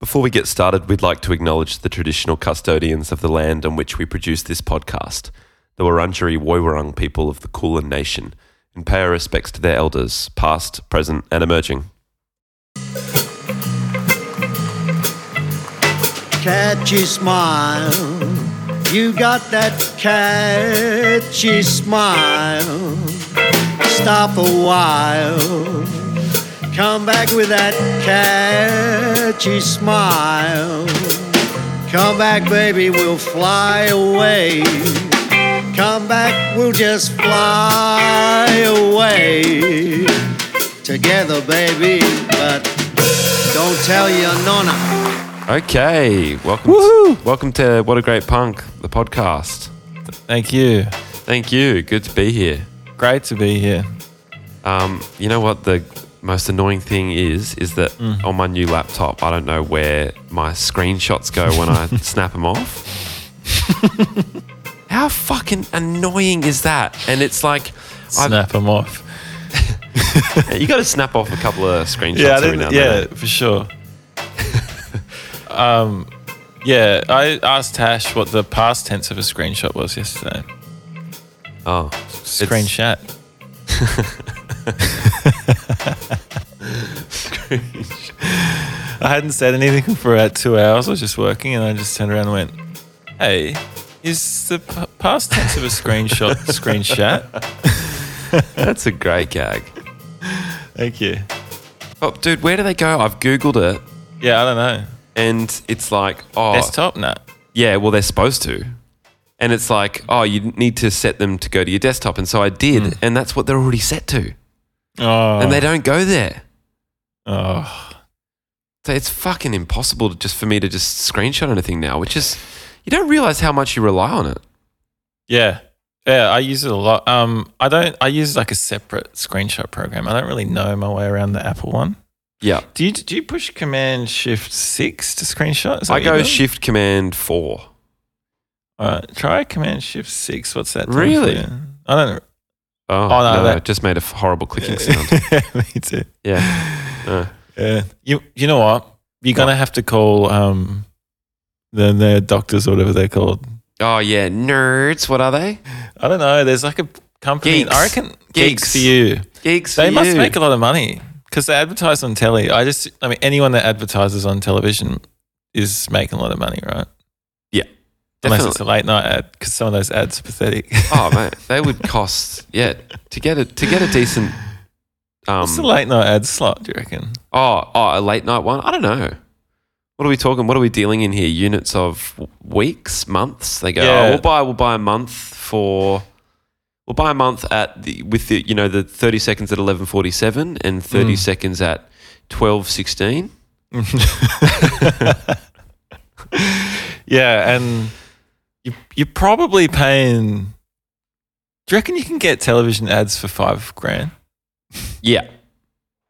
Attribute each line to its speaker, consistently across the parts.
Speaker 1: Before we get started, we'd like to acknowledge the traditional custodians of the land on which we produce this podcast, the Wurundjeri Woiwurrung people of the Kulin Nation, and pay our respects to their elders, past, present, and emerging.
Speaker 2: catchy smile. You got that catchy smile. Stop a while. Come back with that catchy smile. Come back, baby, we'll fly away. Come back, we'll just fly away. Together, baby, but don't tell your nonna.
Speaker 1: Okay, welcome. To, welcome to What a Great Punk, the podcast.
Speaker 3: Thank you.
Speaker 1: Thank you. Good to be here.
Speaker 3: Great to be here.
Speaker 1: Um, you know what the most annoying thing is is that
Speaker 3: Mm.
Speaker 1: on my new laptop, I don't know where my screenshots go when I snap them off. How fucking annoying is that? And it's like, I've,
Speaker 3: Snap them off.
Speaker 1: you got to snap off a couple of screenshots
Speaker 3: Yeah, I
Speaker 1: every
Speaker 3: didn't-
Speaker 1: now and
Speaker 3: yeah,
Speaker 1: then.
Speaker 3: for sure. um, yeah, I asked Hash what the past tense of a screenshot was yesterday.
Speaker 1: Oh,
Speaker 3: Screenshot. I hadn't said anything for about two hours. I was just working, and I just turned around and went, "Hey, is the p- past tense of a screenshot screenshot?"
Speaker 1: that's a great gag.
Speaker 3: Thank you.
Speaker 1: Oh, dude, where do they go? I've Googled it
Speaker 3: Yeah, I don't know.
Speaker 1: and it's like, oh,
Speaker 3: Desktop, nah.
Speaker 1: Yeah, well, they're supposed to. And it's like, oh, you need to set them to go to your desktop. And so I did,
Speaker 3: Mm.
Speaker 1: and that's what they're already set to.
Speaker 3: Oh,
Speaker 1: And they don't go there.
Speaker 3: oh,
Speaker 1: So it's fucking impossible to just for me to just screenshot anything now, which is you don't realize how much you rely on it.
Speaker 3: yeah, yeah. I use it a lot. Um, I don't. I use like a separate screenshot program. I don't really know my way around the Apple one.
Speaker 1: Yeah.
Speaker 3: Do you? Do you push Command Shift Six to screenshot? Is that
Speaker 1: I
Speaker 3: what you
Speaker 1: go
Speaker 3: do?
Speaker 1: shift command four.
Speaker 3: All right, try Command Shift Six. What's that? do for
Speaker 1: Really?
Speaker 3: you? I don't.
Speaker 1: Oh,
Speaker 3: Oh, no,
Speaker 1: no,
Speaker 3: that-
Speaker 1: it just made a f- horrible clicking sound.
Speaker 3: Me too.
Speaker 1: Yeah. Uh, No.
Speaker 3: Yeah. You. You know what? You're gonna have to call um, the the doctors or whatever they're called.
Speaker 1: Oh, yeah. Nerds. What are they?
Speaker 3: I don't know. There's like a company. I
Speaker 1: Geeks.
Speaker 3: reckon geeks,
Speaker 1: Geeks.
Speaker 3: for you.
Speaker 1: Geeks.
Speaker 3: They
Speaker 1: for
Speaker 3: must
Speaker 1: you.
Speaker 3: make a lot of money because they advertise on telly. I just, I mean, anyone that advertises on television is making a lot of money, right?
Speaker 1: Yeah.
Speaker 3: Unless it's a late night ad because some of those ads are pathetic.
Speaker 1: Oh, mate. They would cost, yeah, to get a, to get a decent. Um,
Speaker 3: What's the late night ad slot, do you reckon?
Speaker 1: Oh, oh, a late night one. I don't know. What are we talking? What are we dealing in here? Units of w- weeks, months. They go. Oh,
Speaker 3: Yeah.
Speaker 1: we'll buy. We'll buy a month for. We'll buy a month at the with the you know the thirty seconds at eleven forty seven and thirty
Speaker 3: Mm.
Speaker 1: seconds at twelve sixteen.
Speaker 3: yeah. And you, you're probably paying. Do you reckon you can get television ads for five grand?
Speaker 1: Yeah,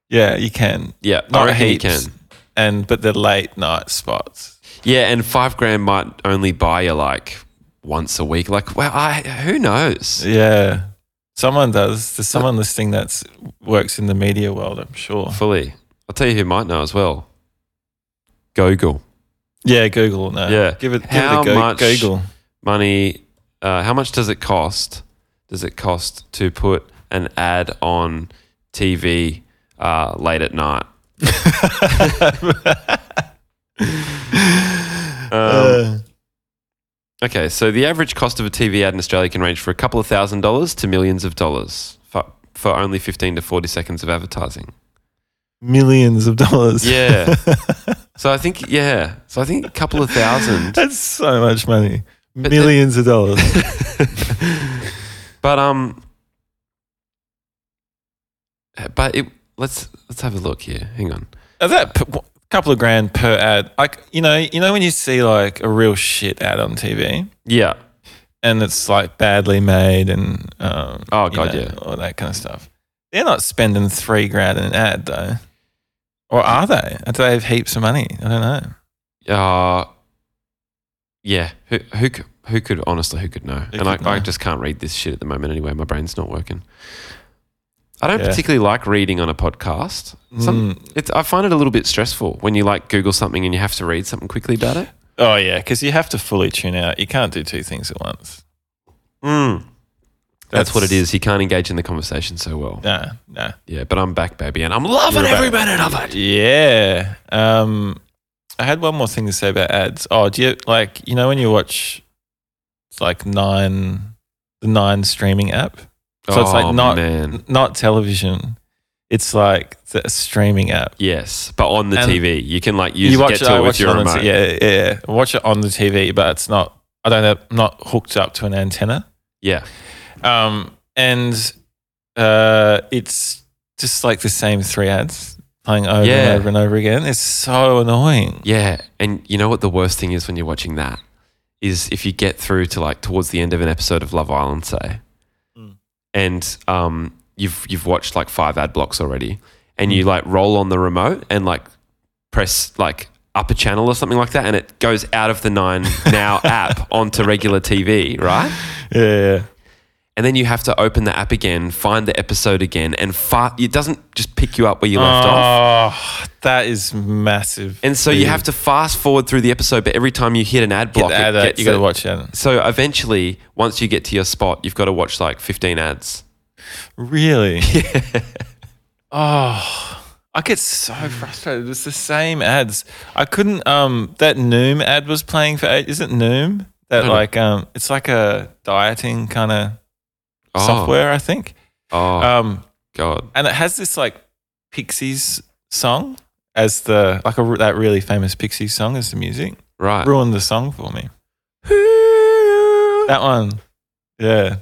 Speaker 3: Yeah, you can.
Speaker 1: yeah.
Speaker 3: Not
Speaker 1: I reckon you
Speaker 3: heaps.
Speaker 1: can.
Speaker 3: And but the late night spots.
Speaker 1: Yeah, and five grand might only buy you like once a week. Like, well, I who knows?
Speaker 3: Yeah. Someone does. There's someone listening that works in the media world, I'm sure.
Speaker 1: Fully. I'll tell you who might know as well. Google.
Speaker 3: Yeah, Google. No.
Speaker 1: Yeah.
Speaker 3: Uh, Give it, give
Speaker 1: How
Speaker 3: it a go-
Speaker 1: much-
Speaker 3: Google.
Speaker 1: money. Uh, how much does it cost? Does it cost to put an ad on TV uh, late at night? Um,
Speaker 3: Uh,
Speaker 1: okay, so the average cost of a TV ad in Australia can range from a couple of thousand dollars to millions of dollars for, for only 15 to 40 seconds of advertising.
Speaker 3: millions of dollars.
Speaker 1: Yeah. so I think, yeah. So I think a couple of thousand.
Speaker 3: That's so much money.
Speaker 1: the-
Speaker 3: Millions of dollars.
Speaker 1: But, um, but it, let's, let's have a look here. Hang on.
Speaker 3: Is that p- w- couple of grand per ad? Like you know, you know when you see like a real shit ad on TV
Speaker 1: Yeah.
Speaker 3: and it's like badly made and um,
Speaker 1: Oh,
Speaker 3: you
Speaker 1: God,
Speaker 3: know,
Speaker 1: yeah.
Speaker 3: all that kind of stuff. They're not spending three grand in an ad though, or are they? Do they have heaps of money? I don't know.
Speaker 1: Uh, yeah. Who who c- who could honestly who could know?
Speaker 3: Who
Speaker 1: and I,
Speaker 3: could
Speaker 1: I
Speaker 3: know?
Speaker 1: just can't read this shit at the moment anyway. My brain's not working. I don't
Speaker 3: Yeah. Mm.
Speaker 1: particularly like reading on a podcast. Some,
Speaker 3: Hmm.
Speaker 1: it's, I find it a little bit stressful when you like Google something and you have to read something quickly about it.
Speaker 3: Oh yeah, because you have to fully tune out. You can't do two things at once. Mm.
Speaker 1: That's, what it is. You can't engage in the conversation so well.
Speaker 3: Nah, nah.
Speaker 1: Yeah, but I'm back, baby, and I'm loving
Speaker 3: You're back.
Speaker 1: every minute of it.
Speaker 3: Yeah. Um, I had one more thing to say about ads. Oh, do you like you know when you watch it's like nine the nine streaming app? So it's
Speaker 1: Oh,
Speaker 3: like not
Speaker 1: man.
Speaker 3: not television. It's like the streaming app.
Speaker 1: Yes, but on the
Speaker 3: And
Speaker 1: TV, you can like use get to
Speaker 3: I
Speaker 1: it with
Speaker 3: watch
Speaker 1: your
Speaker 3: on the
Speaker 1: remote.
Speaker 3: t- yeah, yeah, yeah. I watch it on the TV, but it's not. I don't know. I'm not hooked up to an antenna.
Speaker 1: yeah,
Speaker 3: Um, and uh, it's just like the same three ads playing over
Speaker 1: Yeah.
Speaker 3: and over and over again. It's so annoying.
Speaker 1: Yeah, and you know what the worst thing is when you're watching that is if you get through to like towards the end of an episode of Love Island, say, and um, you've you've watched like five ad blocks already, and you like roll on the remote and like press like upper channel or something like that, and it goes out of the Nine Now app onto regular TV, right?
Speaker 3: Yeah, yeah.
Speaker 1: And then you have to open the app again, find the episode again, and far- it doesn't just pick you up where you left off.
Speaker 3: Oh, that is massive.
Speaker 1: And so you have to fast forward through the episode, but every time you hit an ad block,
Speaker 3: the ad
Speaker 1: it
Speaker 3: out.
Speaker 1: gets
Speaker 3: you got to
Speaker 1: it.
Speaker 3: watch it.
Speaker 1: So eventually, once you get to your spot, you've got to watch like 15 ads.
Speaker 3: Really? Yeah. Oh, I get so
Speaker 1: Hmm.
Speaker 3: frustrated. It's the same ads. I couldn't. Um, that Noom ad was playing for. Is it Noom? That
Speaker 1: don't know.
Speaker 3: like um, it's like a dieting kind of
Speaker 1: Oh.
Speaker 3: software, I think.
Speaker 1: Oh,
Speaker 3: Um,
Speaker 1: God.
Speaker 3: and it has this like Pixies song as the like a, r- that really famous Pixies song as the music.
Speaker 1: Right.
Speaker 3: Ruined the song for me. That one. Yeah.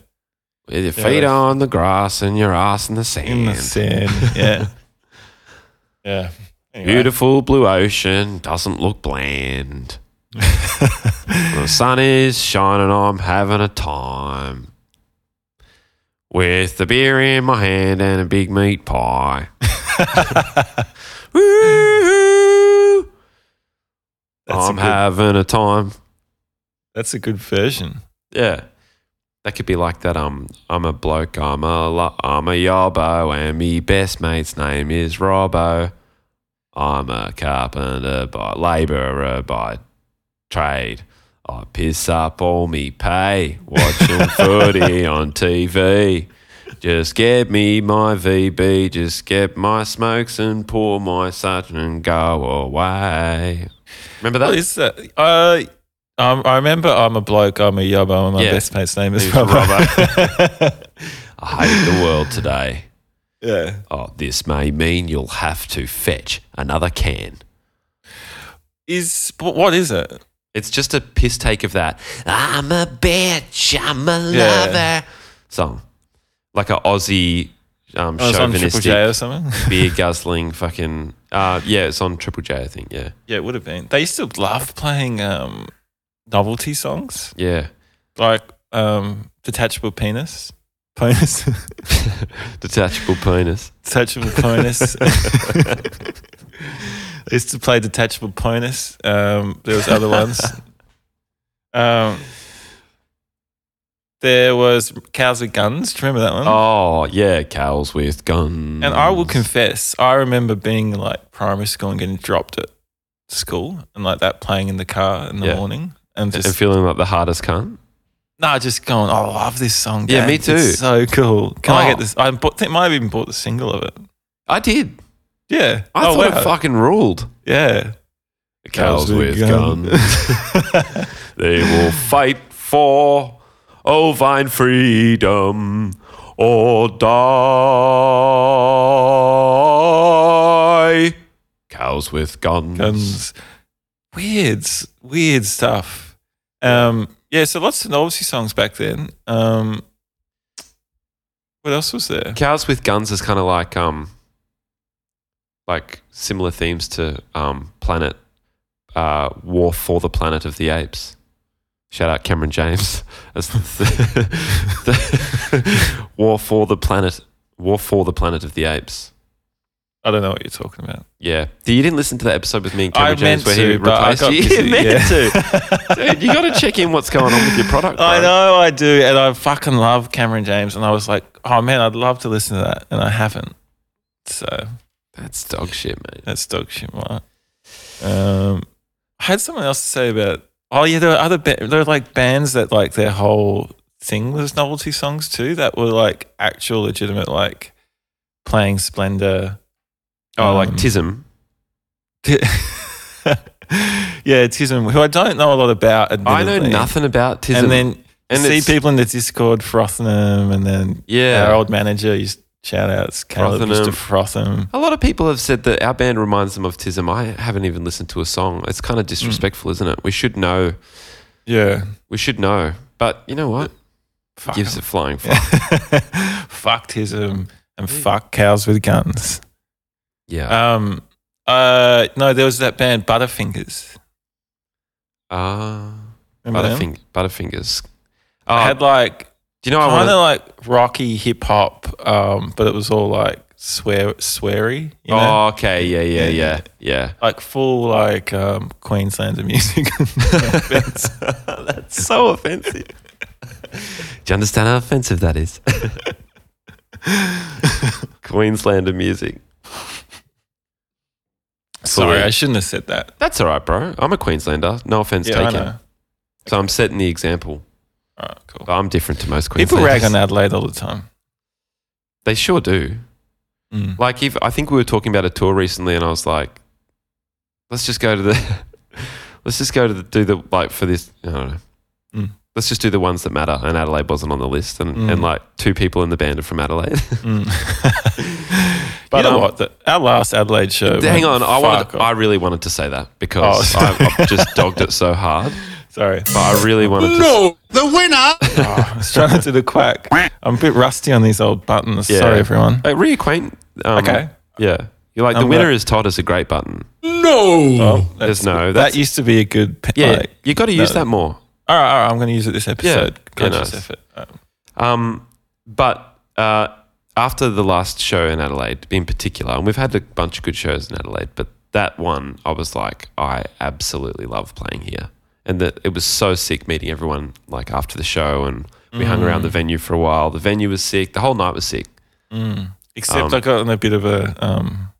Speaker 1: With your
Speaker 3: Yeah,
Speaker 1: feet
Speaker 3: that's-
Speaker 1: on the grass and your ass in the sand.
Speaker 3: In the sand. Yeah. yeah. Anyway.
Speaker 1: Beautiful blue ocean doesn't look bland. the sun is shining, I'm having a time. With the beer in my hand and a big meat pie. Woo!
Speaker 3: That's,
Speaker 1: I'm
Speaker 3: a good,
Speaker 1: having a time.
Speaker 3: that's a good version.
Speaker 1: Yeah. That could be like that. Um, I'm a bloke. I'm a lo- I'm a yobbo, and me best mate's name is Robbo. I'm a carpenter by labourer by trade. I piss up all me pay watching footy on TV. Just get me my VB, just get my smokes and pour my such and go away. Remember that?
Speaker 3: What is that? Uh, um, I remember I'm a bloke, I'm a yobbo, and my
Speaker 1: Yeah.
Speaker 3: best mate's name is
Speaker 1: Who's
Speaker 3: Robbo.
Speaker 1: I hate the world today.
Speaker 3: yeah.
Speaker 1: Oh, this may mean you'll have to fetch another can.
Speaker 3: Is, but what is it?
Speaker 1: It's just a piss take of that. I'm a bitch. I'm a
Speaker 3: Yeah.
Speaker 1: lover. Song, like a Aussie um,
Speaker 3: Oh, it's on Triple J
Speaker 1: chauvinistic
Speaker 3: or something?
Speaker 1: beer guzzling fucking. Uh, yeah, it's on Triple J. I think. Yeah,
Speaker 3: yeah, it would have been. They used to love playing um, novelty songs.
Speaker 1: yeah.
Speaker 3: like um detachable penis penis
Speaker 1: Detachable penis.
Speaker 3: detachable penis I used to play detachable penis um there was other ones um there was cows with guns do you remember that one?
Speaker 1: Oh yeah, cows with guns.
Speaker 3: and i will confess i remember being like primary school and getting dropped at school and like that playing in the car in the
Speaker 1: Yeah.
Speaker 3: morning and just
Speaker 1: and feeling like the hardest cunt.
Speaker 3: No, just going. Oh, I love this song.
Speaker 1: Yeah,
Speaker 3: Dad.
Speaker 1: me too.
Speaker 3: It's so cool. Can I
Speaker 1: Oh.
Speaker 3: get this? I bought, think might have even bought the single of it.
Speaker 1: I did.
Speaker 3: Yeah.
Speaker 1: I
Speaker 3: oh,
Speaker 1: thought
Speaker 3: wow.
Speaker 1: it fucking ruled.
Speaker 3: Yeah.
Speaker 1: Cows with guns. They will fight for ovine freedom or die. Cows with guns.
Speaker 3: guns. Weird, s- weird stuff. Um, yeah. So lots of novelty songs back then. Um, what else was there?
Speaker 1: Cows with guns is kind of like um, like similar themes to um, Planet uh, War for the Planet of the Apes. Shout out Cameron James. That's the- the- War for the Planet. War for the Planet of the Apes.
Speaker 3: I don't know what you're talking about.
Speaker 1: Yeah. You didn't listen to that episode with me and
Speaker 3: I
Speaker 1: Cameron James
Speaker 3: meant
Speaker 1: where he
Speaker 3: to, but I
Speaker 1: replaced
Speaker 3: got
Speaker 1: you.
Speaker 3: busy,
Speaker 1: you meant
Speaker 3: yeah.
Speaker 1: to. Dude, you got to check in what's going on with your product.
Speaker 3: I
Speaker 1: bro.
Speaker 3: know I do, and I fucking love Cameron James. And I was like, oh man, I'd love to listen to that, and I haven't. So
Speaker 1: That's dog shit, mate.
Speaker 3: that's dog shit, right? Um, I had something else to say about. Oh yeah, there were other ba- there were like bands that like their whole thing was novelty songs too that were like actual legitimate like playing Splendor.
Speaker 1: Oh, like
Speaker 3: um,
Speaker 1: Tism.
Speaker 3: yeah, Tism, who I don't know a lot about.
Speaker 1: I know
Speaker 3: admittedly.
Speaker 1: nothing about Tism.
Speaker 3: And then
Speaker 1: And
Speaker 3: see
Speaker 1: it's-
Speaker 3: people in the Discord frothing them, and then
Speaker 1: yeah.
Speaker 3: our old manager used shout outs, Caleb
Speaker 1: Frothing
Speaker 3: used to
Speaker 1: them.
Speaker 3: froth them.
Speaker 1: A lot of people have said that our band reminds them of Tism. I haven't even listened to a song. It's
Speaker 3: Hmm.
Speaker 1: kind of disrespectful, isn't it? We should know.
Speaker 3: Yeah,
Speaker 1: We should know. But you know what?
Speaker 3: fuck
Speaker 1: Gives a
Speaker 3: 'em.
Speaker 1: flying fuck.
Speaker 3: fuck Tism um, and fuck cows with guns.
Speaker 1: Yeah.
Speaker 3: Um, uh, no, there was that band Butterfingers.
Speaker 1: Ah,
Speaker 3: Uh, Remember them?
Speaker 1: Butterfing- Butterfingers.
Speaker 3: I
Speaker 1: Oh,
Speaker 3: had like
Speaker 1: do you know I want
Speaker 3: kind of
Speaker 1: to?
Speaker 3: like rocky hip hop, um, but it was all like swear sweary. You know?
Speaker 1: Oh, okay. Yeah, yeah, yeah, yeah.
Speaker 3: like full like um, Queenslander music.
Speaker 1: That's so offensive. Do you understand how offensive that is? Queenslander music.
Speaker 3: Sorry,
Speaker 1: Sorry.
Speaker 3: I shouldn't have said that.
Speaker 1: That's all right, bro. I'm a Queenslander. No offense
Speaker 3: Yeah, I
Speaker 1: taken.
Speaker 3: know.
Speaker 1: So I'm setting the example.
Speaker 3: All right, cool.
Speaker 1: But I'm different to most Queenslanders.
Speaker 3: People rag on Adelaide all the time.
Speaker 1: They sure do.
Speaker 3: Mm.
Speaker 1: Like if I think we were talking about a tour recently, and I was like, "Let's just go to the, let's just go to the, do the like for this. I don't know.
Speaker 3: Mm.
Speaker 1: Let's just do the ones that matter." And Adelaide wasn't on the list, and,
Speaker 3: Mm.
Speaker 1: and like two people in the band are from Adelaide.
Speaker 3: Mm. but you know
Speaker 1: um,
Speaker 3: what? The, our last Adelaide show.
Speaker 1: Hang on,
Speaker 3: went
Speaker 1: I wanted,
Speaker 3: fuck
Speaker 1: I
Speaker 3: off.
Speaker 1: really wanted to say that because
Speaker 3: Oh,
Speaker 1: I, I've just dogged it so hard,
Speaker 3: Sorry,
Speaker 1: but I really wanted to.
Speaker 2: The winner
Speaker 3: Oh, I was trying to do the quack. I'm a bit rusty on these old buttons.
Speaker 1: Yeah.
Speaker 3: Sorry, everyone.
Speaker 1: Like, reacquaint. Um,
Speaker 3: Okay. Um,
Speaker 1: Yeah. You're like
Speaker 3: I'm
Speaker 1: the winner
Speaker 3: gonna-
Speaker 1: is Todd is a great button.
Speaker 3: Oh, that's-
Speaker 1: There's no.
Speaker 3: that
Speaker 1: That's,
Speaker 3: used to be a good. pe-
Speaker 1: yeah.
Speaker 3: Like,
Speaker 1: you got to use
Speaker 3: no.
Speaker 1: that more.
Speaker 3: all right, all right. I'm going to use it this episode.
Speaker 1: Yeah,
Speaker 3: Conscious
Speaker 1: nice.
Speaker 3: effort. Uh, All right.
Speaker 1: Um, but uh, after the last show in Adelaide, in particular, and we've had a bunch of good shows in Adelaide, but that one, I was like, I absolutely love playing here, and that it was so sick meeting everyone like after the show, and we hung around the venue for a while. The venue was sick. The whole night was sick.
Speaker 3: mm. Except
Speaker 1: Um,
Speaker 3: I got in a bit of a. Um,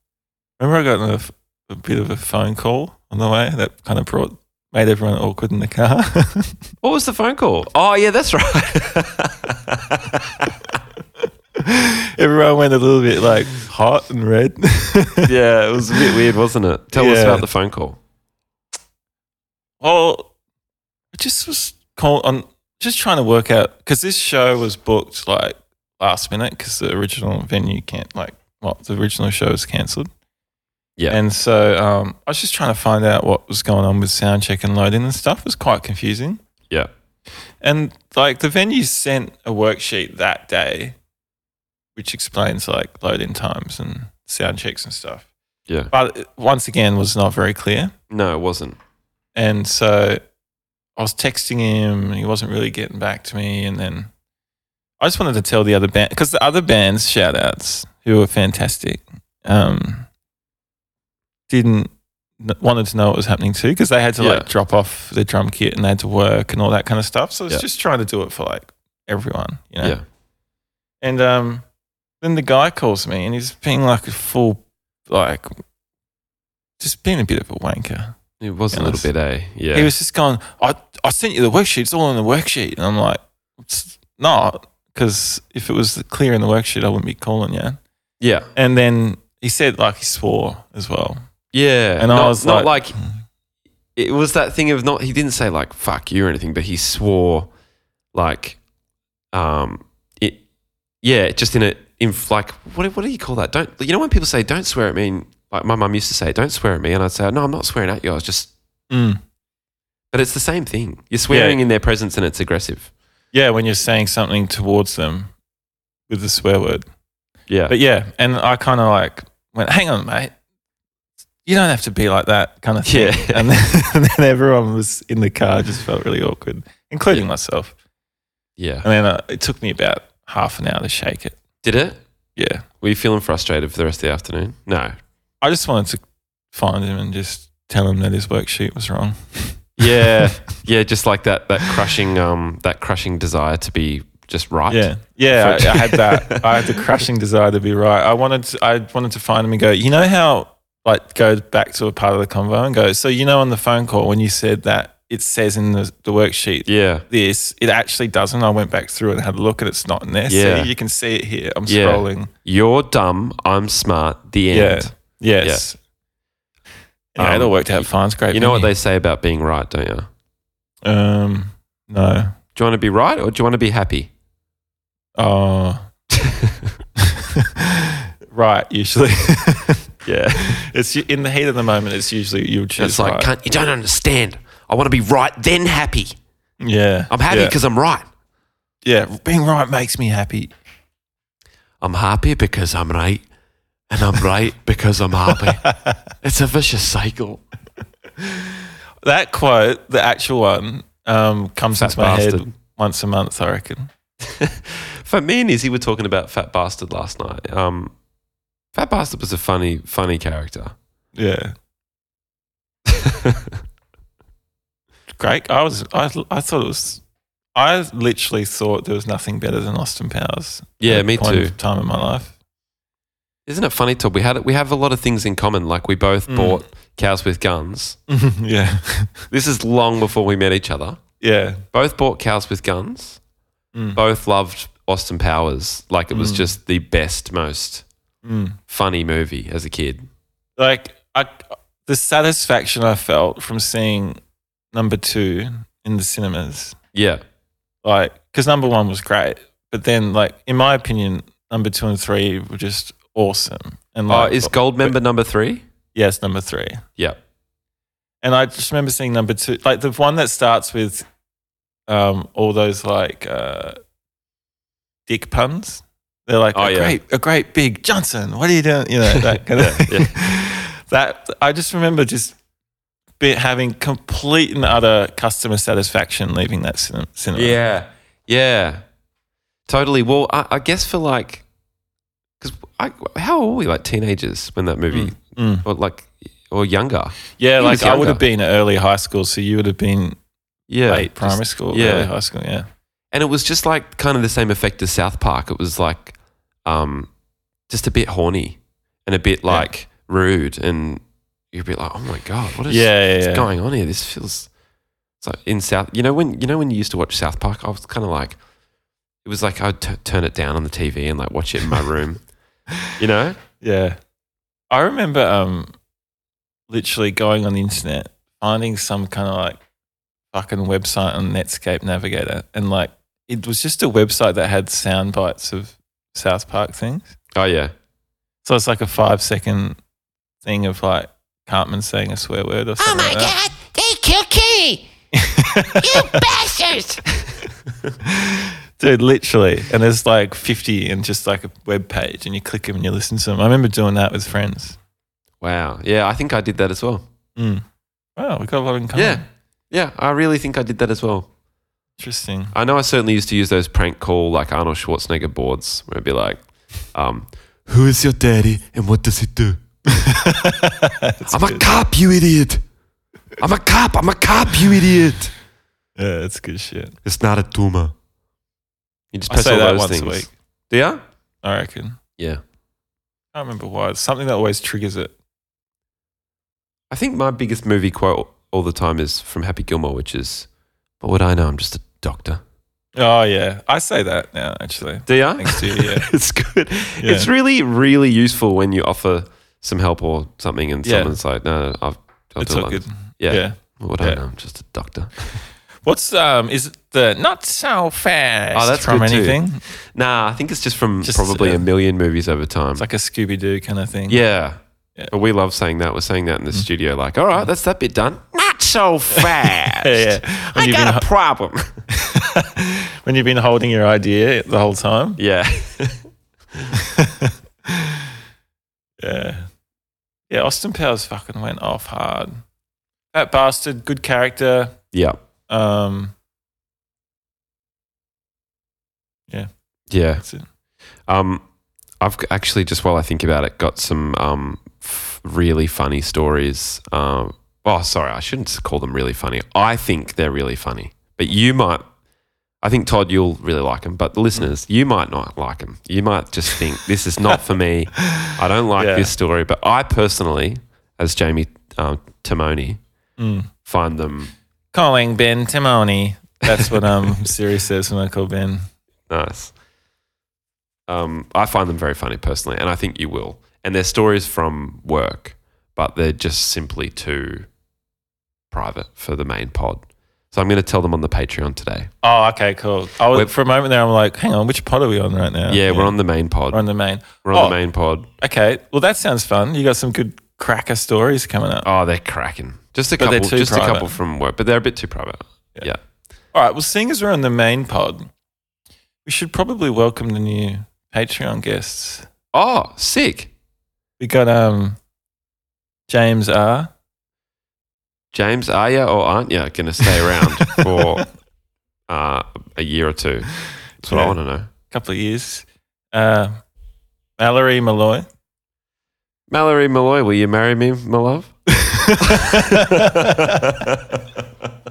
Speaker 3: remember, I got in a, f- a bit of a phone call on the way that kind of brought made everyone awkward in the car.
Speaker 1: What was the phone call? Oh yeah, that's right.
Speaker 3: everyone went a little bit like hot and red.
Speaker 1: yeah, it was a bit weird, wasn't it? Tell us
Speaker 3: Yeah.
Speaker 1: about the phone call.
Speaker 3: well, I Oh, just was call on just trying to work out because this show was booked like last minute because the original venue can't like well the original show was cancelled.
Speaker 1: Yeah.
Speaker 3: and so um, I was just trying to find out what was going on with sound check and loading and stuff. It was quite confusing.
Speaker 1: Yeah.
Speaker 3: And like the venue sent a worksheet that day, which explains like load in times and sound checks and stuff.
Speaker 1: Yeah.
Speaker 3: But it, once again, was not very clear.
Speaker 1: No, it wasn't.
Speaker 3: And so I was texting him and he wasn't really getting back to me. And then I just wanted to tell the other band, because the other band's shout outs, who were fantastic, um, didn't n- wanted to know what was happening too because they had to like
Speaker 1: Yeah.
Speaker 3: drop off their drum kit and they had to work and all that kind of stuff so it's
Speaker 1: Yeah.
Speaker 3: just trying to do it for like everyone you know
Speaker 1: Yeah.
Speaker 3: and um, then the guy calls me and he's being like a full like just being a bit of a wanker
Speaker 1: It was a little
Speaker 3: Goodness.
Speaker 1: bit, eh? Yeah.
Speaker 3: he was just going, I, I sent you the worksheet. It's all in the worksheet. And I'm like, it's not. Because if it was clear in the worksheet, I wouldn't be calling you.
Speaker 1: yeah.
Speaker 3: And then he said, like, he swore as well.
Speaker 1: Yeah,
Speaker 3: And I
Speaker 1: not,
Speaker 3: was
Speaker 1: not
Speaker 3: like-
Speaker 1: like, it was that thing of not. He didn't say like "fuck you" or anything, but he swore like, um, it, yeah, just in a in like what what do you call that? Don't you know when people say "don't swear at me"? and- Like my mum used to say "don't swear at me," and I'd say "no, I'm not swearing at you. I was just,"
Speaker 3: Mm.
Speaker 1: but it's the same thing. You're swearing in their presence, and it's aggressive.
Speaker 3: Yeah, when you're saying something towards them with a swear word.
Speaker 1: Yeah,
Speaker 3: But yeah, and I kind of like went, hang on, mate. You don't have to be like that kind of thing.
Speaker 1: Yeah.
Speaker 3: And, then, and then everyone was in the car, just felt really awkward, including myself.
Speaker 1: yeah.
Speaker 3: And then uh, it took me about half an hour to shake it.
Speaker 1: Did it?
Speaker 3: yeah,
Speaker 1: Were you feeling frustrated for the rest of the afternoon? No.
Speaker 3: I just wanted to find him and just tell him that his worksheet was wrong.
Speaker 1: Yeah, yeah, just like that that crushing um that crushing desire to be just right.
Speaker 3: Yeah, yeah, I, I had that. I had the crushing desire to be right. I wanted, to, I wanted to find him and go. You know how, like, go back to a part of the convo and go. So you know, on the phone call when you said that it says in the, the worksheet
Speaker 1: yeah,
Speaker 3: this, it actually doesn't. I went back through and had a look, and it's not in there.
Speaker 1: Yeah.
Speaker 3: So you can see it here. I'm
Speaker 1: Yeah.
Speaker 3: scrolling.
Speaker 1: You're dumb. I'm smart. The
Speaker 3: Yeah.
Speaker 1: end.
Speaker 3: Yes. Yeah,
Speaker 1: Um,
Speaker 3: it all worked out fine. It's great.
Speaker 1: You know what
Speaker 3: meeting
Speaker 1: they say about being right, don't you?
Speaker 3: you. Um. No.
Speaker 1: Do you want to be right or do you want to be happy?
Speaker 3: Oh. right. Usually. yeah. It's u- in the heat of the moment. It's usually you would choose.
Speaker 1: It's like,
Speaker 3: right.
Speaker 1: can't, you don't understand. I want to be right, then happy.
Speaker 3: yeah.
Speaker 1: I'm happy
Speaker 3: Yeah.
Speaker 1: because I'm right.
Speaker 3: yeah. being right makes me happy.
Speaker 1: I'm happy because I'm right, and I'm right because I'm happy. It's a vicious cycle.
Speaker 3: That quote, the actual one, um, comes
Speaker 1: Fat
Speaker 3: into my
Speaker 1: bastard.
Speaker 3: head once a month. I reckon.
Speaker 1: Fat me and Izzy were talking about Fat Bastard last night. Um, Fat Bastard was a funny, funny character.
Speaker 3: Yeah. Great. I was. I. I thought it was. I literally thought there was nothing better than Austin Powers.
Speaker 1: Yeah,
Speaker 3: at
Speaker 1: me
Speaker 3: one
Speaker 1: too.
Speaker 3: Time in my life.
Speaker 1: Isn't it funny, Todd? We had we have a lot of things in common. Like we both
Speaker 3: Mm.
Speaker 1: bought cows with guns.
Speaker 3: yeah.
Speaker 1: This is long before we met each other.
Speaker 3: Yeah.
Speaker 1: Both bought cows with guns.
Speaker 3: Mm.
Speaker 1: Both loved Austin Powers. Like it was
Speaker 3: Mm.
Speaker 1: just the best, most
Speaker 3: Mm.
Speaker 1: funny movie as a kid.
Speaker 3: Like I, the satisfaction I felt from seeing number two in the cinemas.
Speaker 1: Yeah,
Speaker 3: Like, because number one was great, but then, like, in my opinion, number two and three were just awesome. And
Speaker 1: Oh,
Speaker 3: like,
Speaker 1: is gold member number three?
Speaker 3: yes, number three.
Speaker 1: Yeah.
Speaker 3: And I just remember seeing number two, like the one that starts with um, all those like uh, dick puns. They're like,
Speaker 1: Oh,
Speaker 3: a
Speaker 1: yeah.
Speaker 3: great, a great big Johnson. What are you doing? You know that kind of.
Speaker 1: Yeah,
Speaker 3: that I just remember just be, having complete and utter customer satisfaction leaving that cin- cinema.
Speaker 1: Yeah. Yeah. Totally. Well, I, I guess for like, because how old were we? Like teenagers when that movie,
Speaker 3: Mm.
Speaker 1: or like, or younger?
Speaker 3: yeah.
Speaker 1: He was
Speaker 3: Like I would
Speaker 1: younger.
Speaker 3: have been at early high school, so you would have been
Speaker 1: Yeah.
Speaker 3: late primary
Speaker 1: Just-
Speaker 3: school,
Speaker 1: yeah.
Speaker 3: early high school. Yeah,
Speaker 1: and it was just like kind of the same effect as South Park. It was like, um, just a bit horny and a bit like rude, and you'd be like, oh my god, what is
Speaker 3: Yeah, yeah,
Speaker 1: what's
Speaker 3: yeah.
Speaker 1: going on here? This feels. It's like in South, you know when you know when you used to watch South Park, I was kind of like, it was like I'd t- turn it down on the TV and like watch it in my room, you know.
Speaker 3: yeah. I remember um, literally going on the internet, finding some kind of like fucking website on Netscape Navigator, and like it was just a website that had sound bites of South Park things.
Speaker 1: Oh yeah,
Speaker 3: So it's like a five second thing of like Cartman saying a swear word or
Speaker 4: Oh
Speaker 3: something.
Speaker 4: my
Speaker 3: like that.
Speaker 4: god, they killed Kitty! you bastards!
Speaker 3: Dude, literally. And there's like 50 and just like a web page, and you click them and you listen to them. I remember doing that with friends.
Speaker 1: wow, yeah. I think I did that as well.
Speaker 3: Mm. Wow, we got a lot in common.
Speaker 1: Yeah, yeah. I really think I did that as well.
Speaker 3: Interesting.
Speaker 1: I know I certainly used to use those prank call like Arnold Schwarzenegger boards where it'd be like, um,
Speaker 5: Who is your daddy and what does he do?
Speaker 3: That's
Speaker 5: I'm a
Speaker 3: good.
Speaker 5: cop, you idiot. I'm a cop, I'm a cop, you idiot.
Speaker 3: yeah, that's good shit.
Speaker 5: It's not a tumor.
Speaker 1: you just
Speaker 3: I
Speaker 1: press
Speaker 3: say
Speaker 1: all
Speaker 3: that
Speaker 1: those
Speaker 3: once
Speaker 1: things.
Speaker 3: a week,
Speaker 1: Do ya?
Speaker 3: I reckon.
Speaker 1: Yeah.
Speaker 3: I can't remember why. It's something that always triggers it.
Speaker 1: I think my biggest movie quote all the time is from Happy Gilmore, which is, "What would I know? I'm just a doctor."
Speaker 3: Oh, yeah. I say that now, actually.
Speaker 1: Do ya?
Speaker 3: Thanks to you. Yeah.
Speaker 1: it's good.
Speaker 3: Yeah.
Speaker 1: It's really, really useful when you offer some help or something, and
Speaker 3: Yeah.
Speaker 1: someone's like, "No, no, I've." I'll
Speaker 3: it's
Speaker 1: do it
Speaker 3: all
Speaker 1: like
Speaker 3: good.
Speaker 1: this." Yeah.
Speaker 3: yeah.
Speaker 1: What would I
Speaker 3: Yeah.
Speaker 1: know? I'm just a doctor.
Speaker 3: What's um is it the not so fast?
Speaker 1: Oh, that's
Speaker 3: from
Speaker 1: good too.
Speaker 3: anything.
Speaker 1: Nah, I think it's just from
Speaker 3: Just,
Speaker 1: probably
Speaker 3: uh,
Speaker 1: a million movies over time.
Speaker 3: It's like a Scooby Doo kind of thing.
Speaker 1: Yeah.
Speaker 3: Yeah. Mm.
Speaker 1: But we love saying that. We're saying that in the studio, like, all right, that's that bit done. Not so fast.
Speaker 3: yeah. When
Speaker 1: I
Speaker 3: you've,
Speaker 1: got
Speaker 3: been,
Speaker 1: a problem.
Speaker 3: ho- when you've been holding your idea the whole time.
Speaker 1: yeah.
Speaker 3: Yeah, yeah. Austin Powers fucking went off hard. That bastard, good character.
Speaker 1: Yeah.
Speaker 3: Um,
Speaker 1: Yeah.
Speaker 3: that's it.
Speaker 1: Um, I've g- actually just while I think about it, got some um, f- really funny stories. Um, oh, sorry, I shouldn't s- call them really funny. I think they're really funny, but you might. I think Todd, you'll really like them, but the listeners, you might not like them. You might just think this is not for me. I don't like
Speaker 3: Yeah.
Speaker 1: this story, but I personally, as Jamie um, Timoni, find them
Speaker 3: Calling Ben Timoni. That's what um Siri says when I call Ben.
Speaker 1: Nice. Um, I find them very funny personally, and I think you will. And they're stories from work, but they're just simply too private for the main pod. So I'm going to tell them on the Patreon today.
Speaker 3: Oh, okay, cool. I
Speaker 1: We're-
Speaker 3: was, for a moment there, I'm like, hang on, which pod are we on right now?
Speaker 1: yeah, we're on the main pod.
Speaker 3: We're on the main.
Speaker 1: We're on
Speaker 3: Oh.
Speaker 1: the main pod.
Speaker 3: Okay, well that sounds fun. You got some good cracker stories coming up.
Speaker 1: Oh, they're cracking. Just a
Speaker 3: But they're
Speaker 1: couple.
Speaker 3: too
Speaker 1: Just a couple
Speaker 3: private.
Speaker 1: from work, but they're a bit too private.
Speaker 3: Yeah.
Speaker 1: Yeah.
Speaker 3: All right. Well, seeing as we're on the main pod, we should probably welcome the new Patreon guests.
Speaker 1: Oh, sick.
Speaker 3: We got um James R.
Speaker 1: James, are you or aren't you going to stay around for uh, a year or two? That's what
Speaker 3: Yeah.
Speaker 1: I want to know.
Speaker 3: couple of years. Uh, Mallory Malloy.
Speaker 1: Mallory Malloy, will you marry me, my love?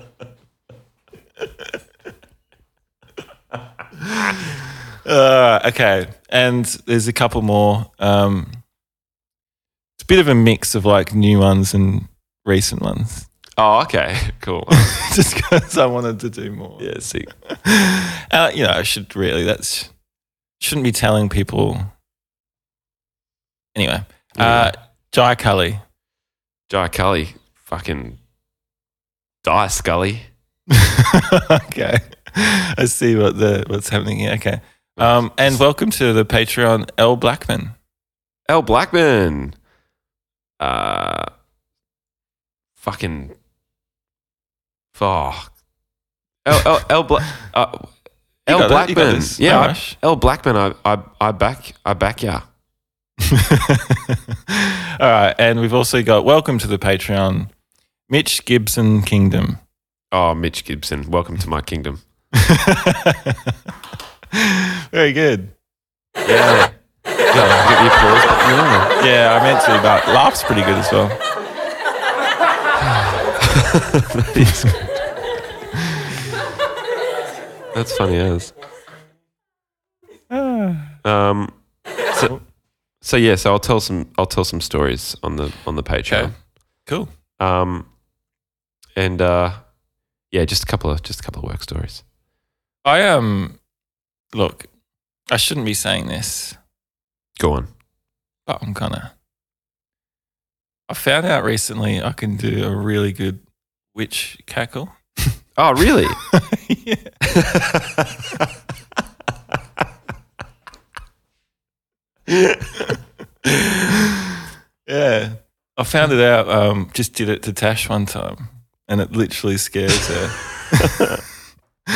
Speaker 3: Uh, okay, and there's a couple more. Um, it's a bit of a mix of like new ones and recent ones,
Speaker 1: Oh, okay. Cool.
Speaker 3: just because I wanted to do more.
Speaker 1: yeah, sick.
Speaker 3: Uh, you know, I should really. That's shouldn't be telling people. Anyway, uh, Jai Cully.
Speaker 1: Jai Cully, fucking die, Scully.
Speaker 3: okay, I see what the what's happening here. Okay, um, and welcome to the Patreon, L Blackman.
Speaker 1: L. Blackman. Uh, fucking. Fuck. L. L. L. Bla- uh,
Speaker 3: You
Speaker 1: L.
Speaker 3: got it, you got
Speaker 1: Blackman.
Speaker 3: this. No
Speaker 1: Yeah. I-
Speaker 3: rush.
Speaker 1: L. Blackman, I, I, I back, I back ya.
Speaker 3: All right, and we've also got welcome to the Patreon, Mitch Gibson Kingdom.
Speaker 1: Oh, Mitch Gibson, welcome to my kingdom.
Speaker 3: Very good.
Speaker 1: Yeah. yeah get the applause button on.
Speaker 3: Yeah, I meant to, but laughs pretty good as well.
Speaker 1: That's funny as. um, so, so yeah, so I'll tell some I'll tell some stories on the on the Patreon.
Speaker 3: Okay. Cool.
Speaker 1: Um, and uh, yeah, just a couple of just a couple of work stories.
Speaker 3: I um, look, I shouldn't be saying this,
Speaker 1: Go on.
Speaker 3: but I'm gonna. I found out recently I can do a really good witch cackle.
Speaker 1: Oh, really?
Speaker 3: yeah. yeah. I found it out, um, just did it to Tash one time, and it literally scares her.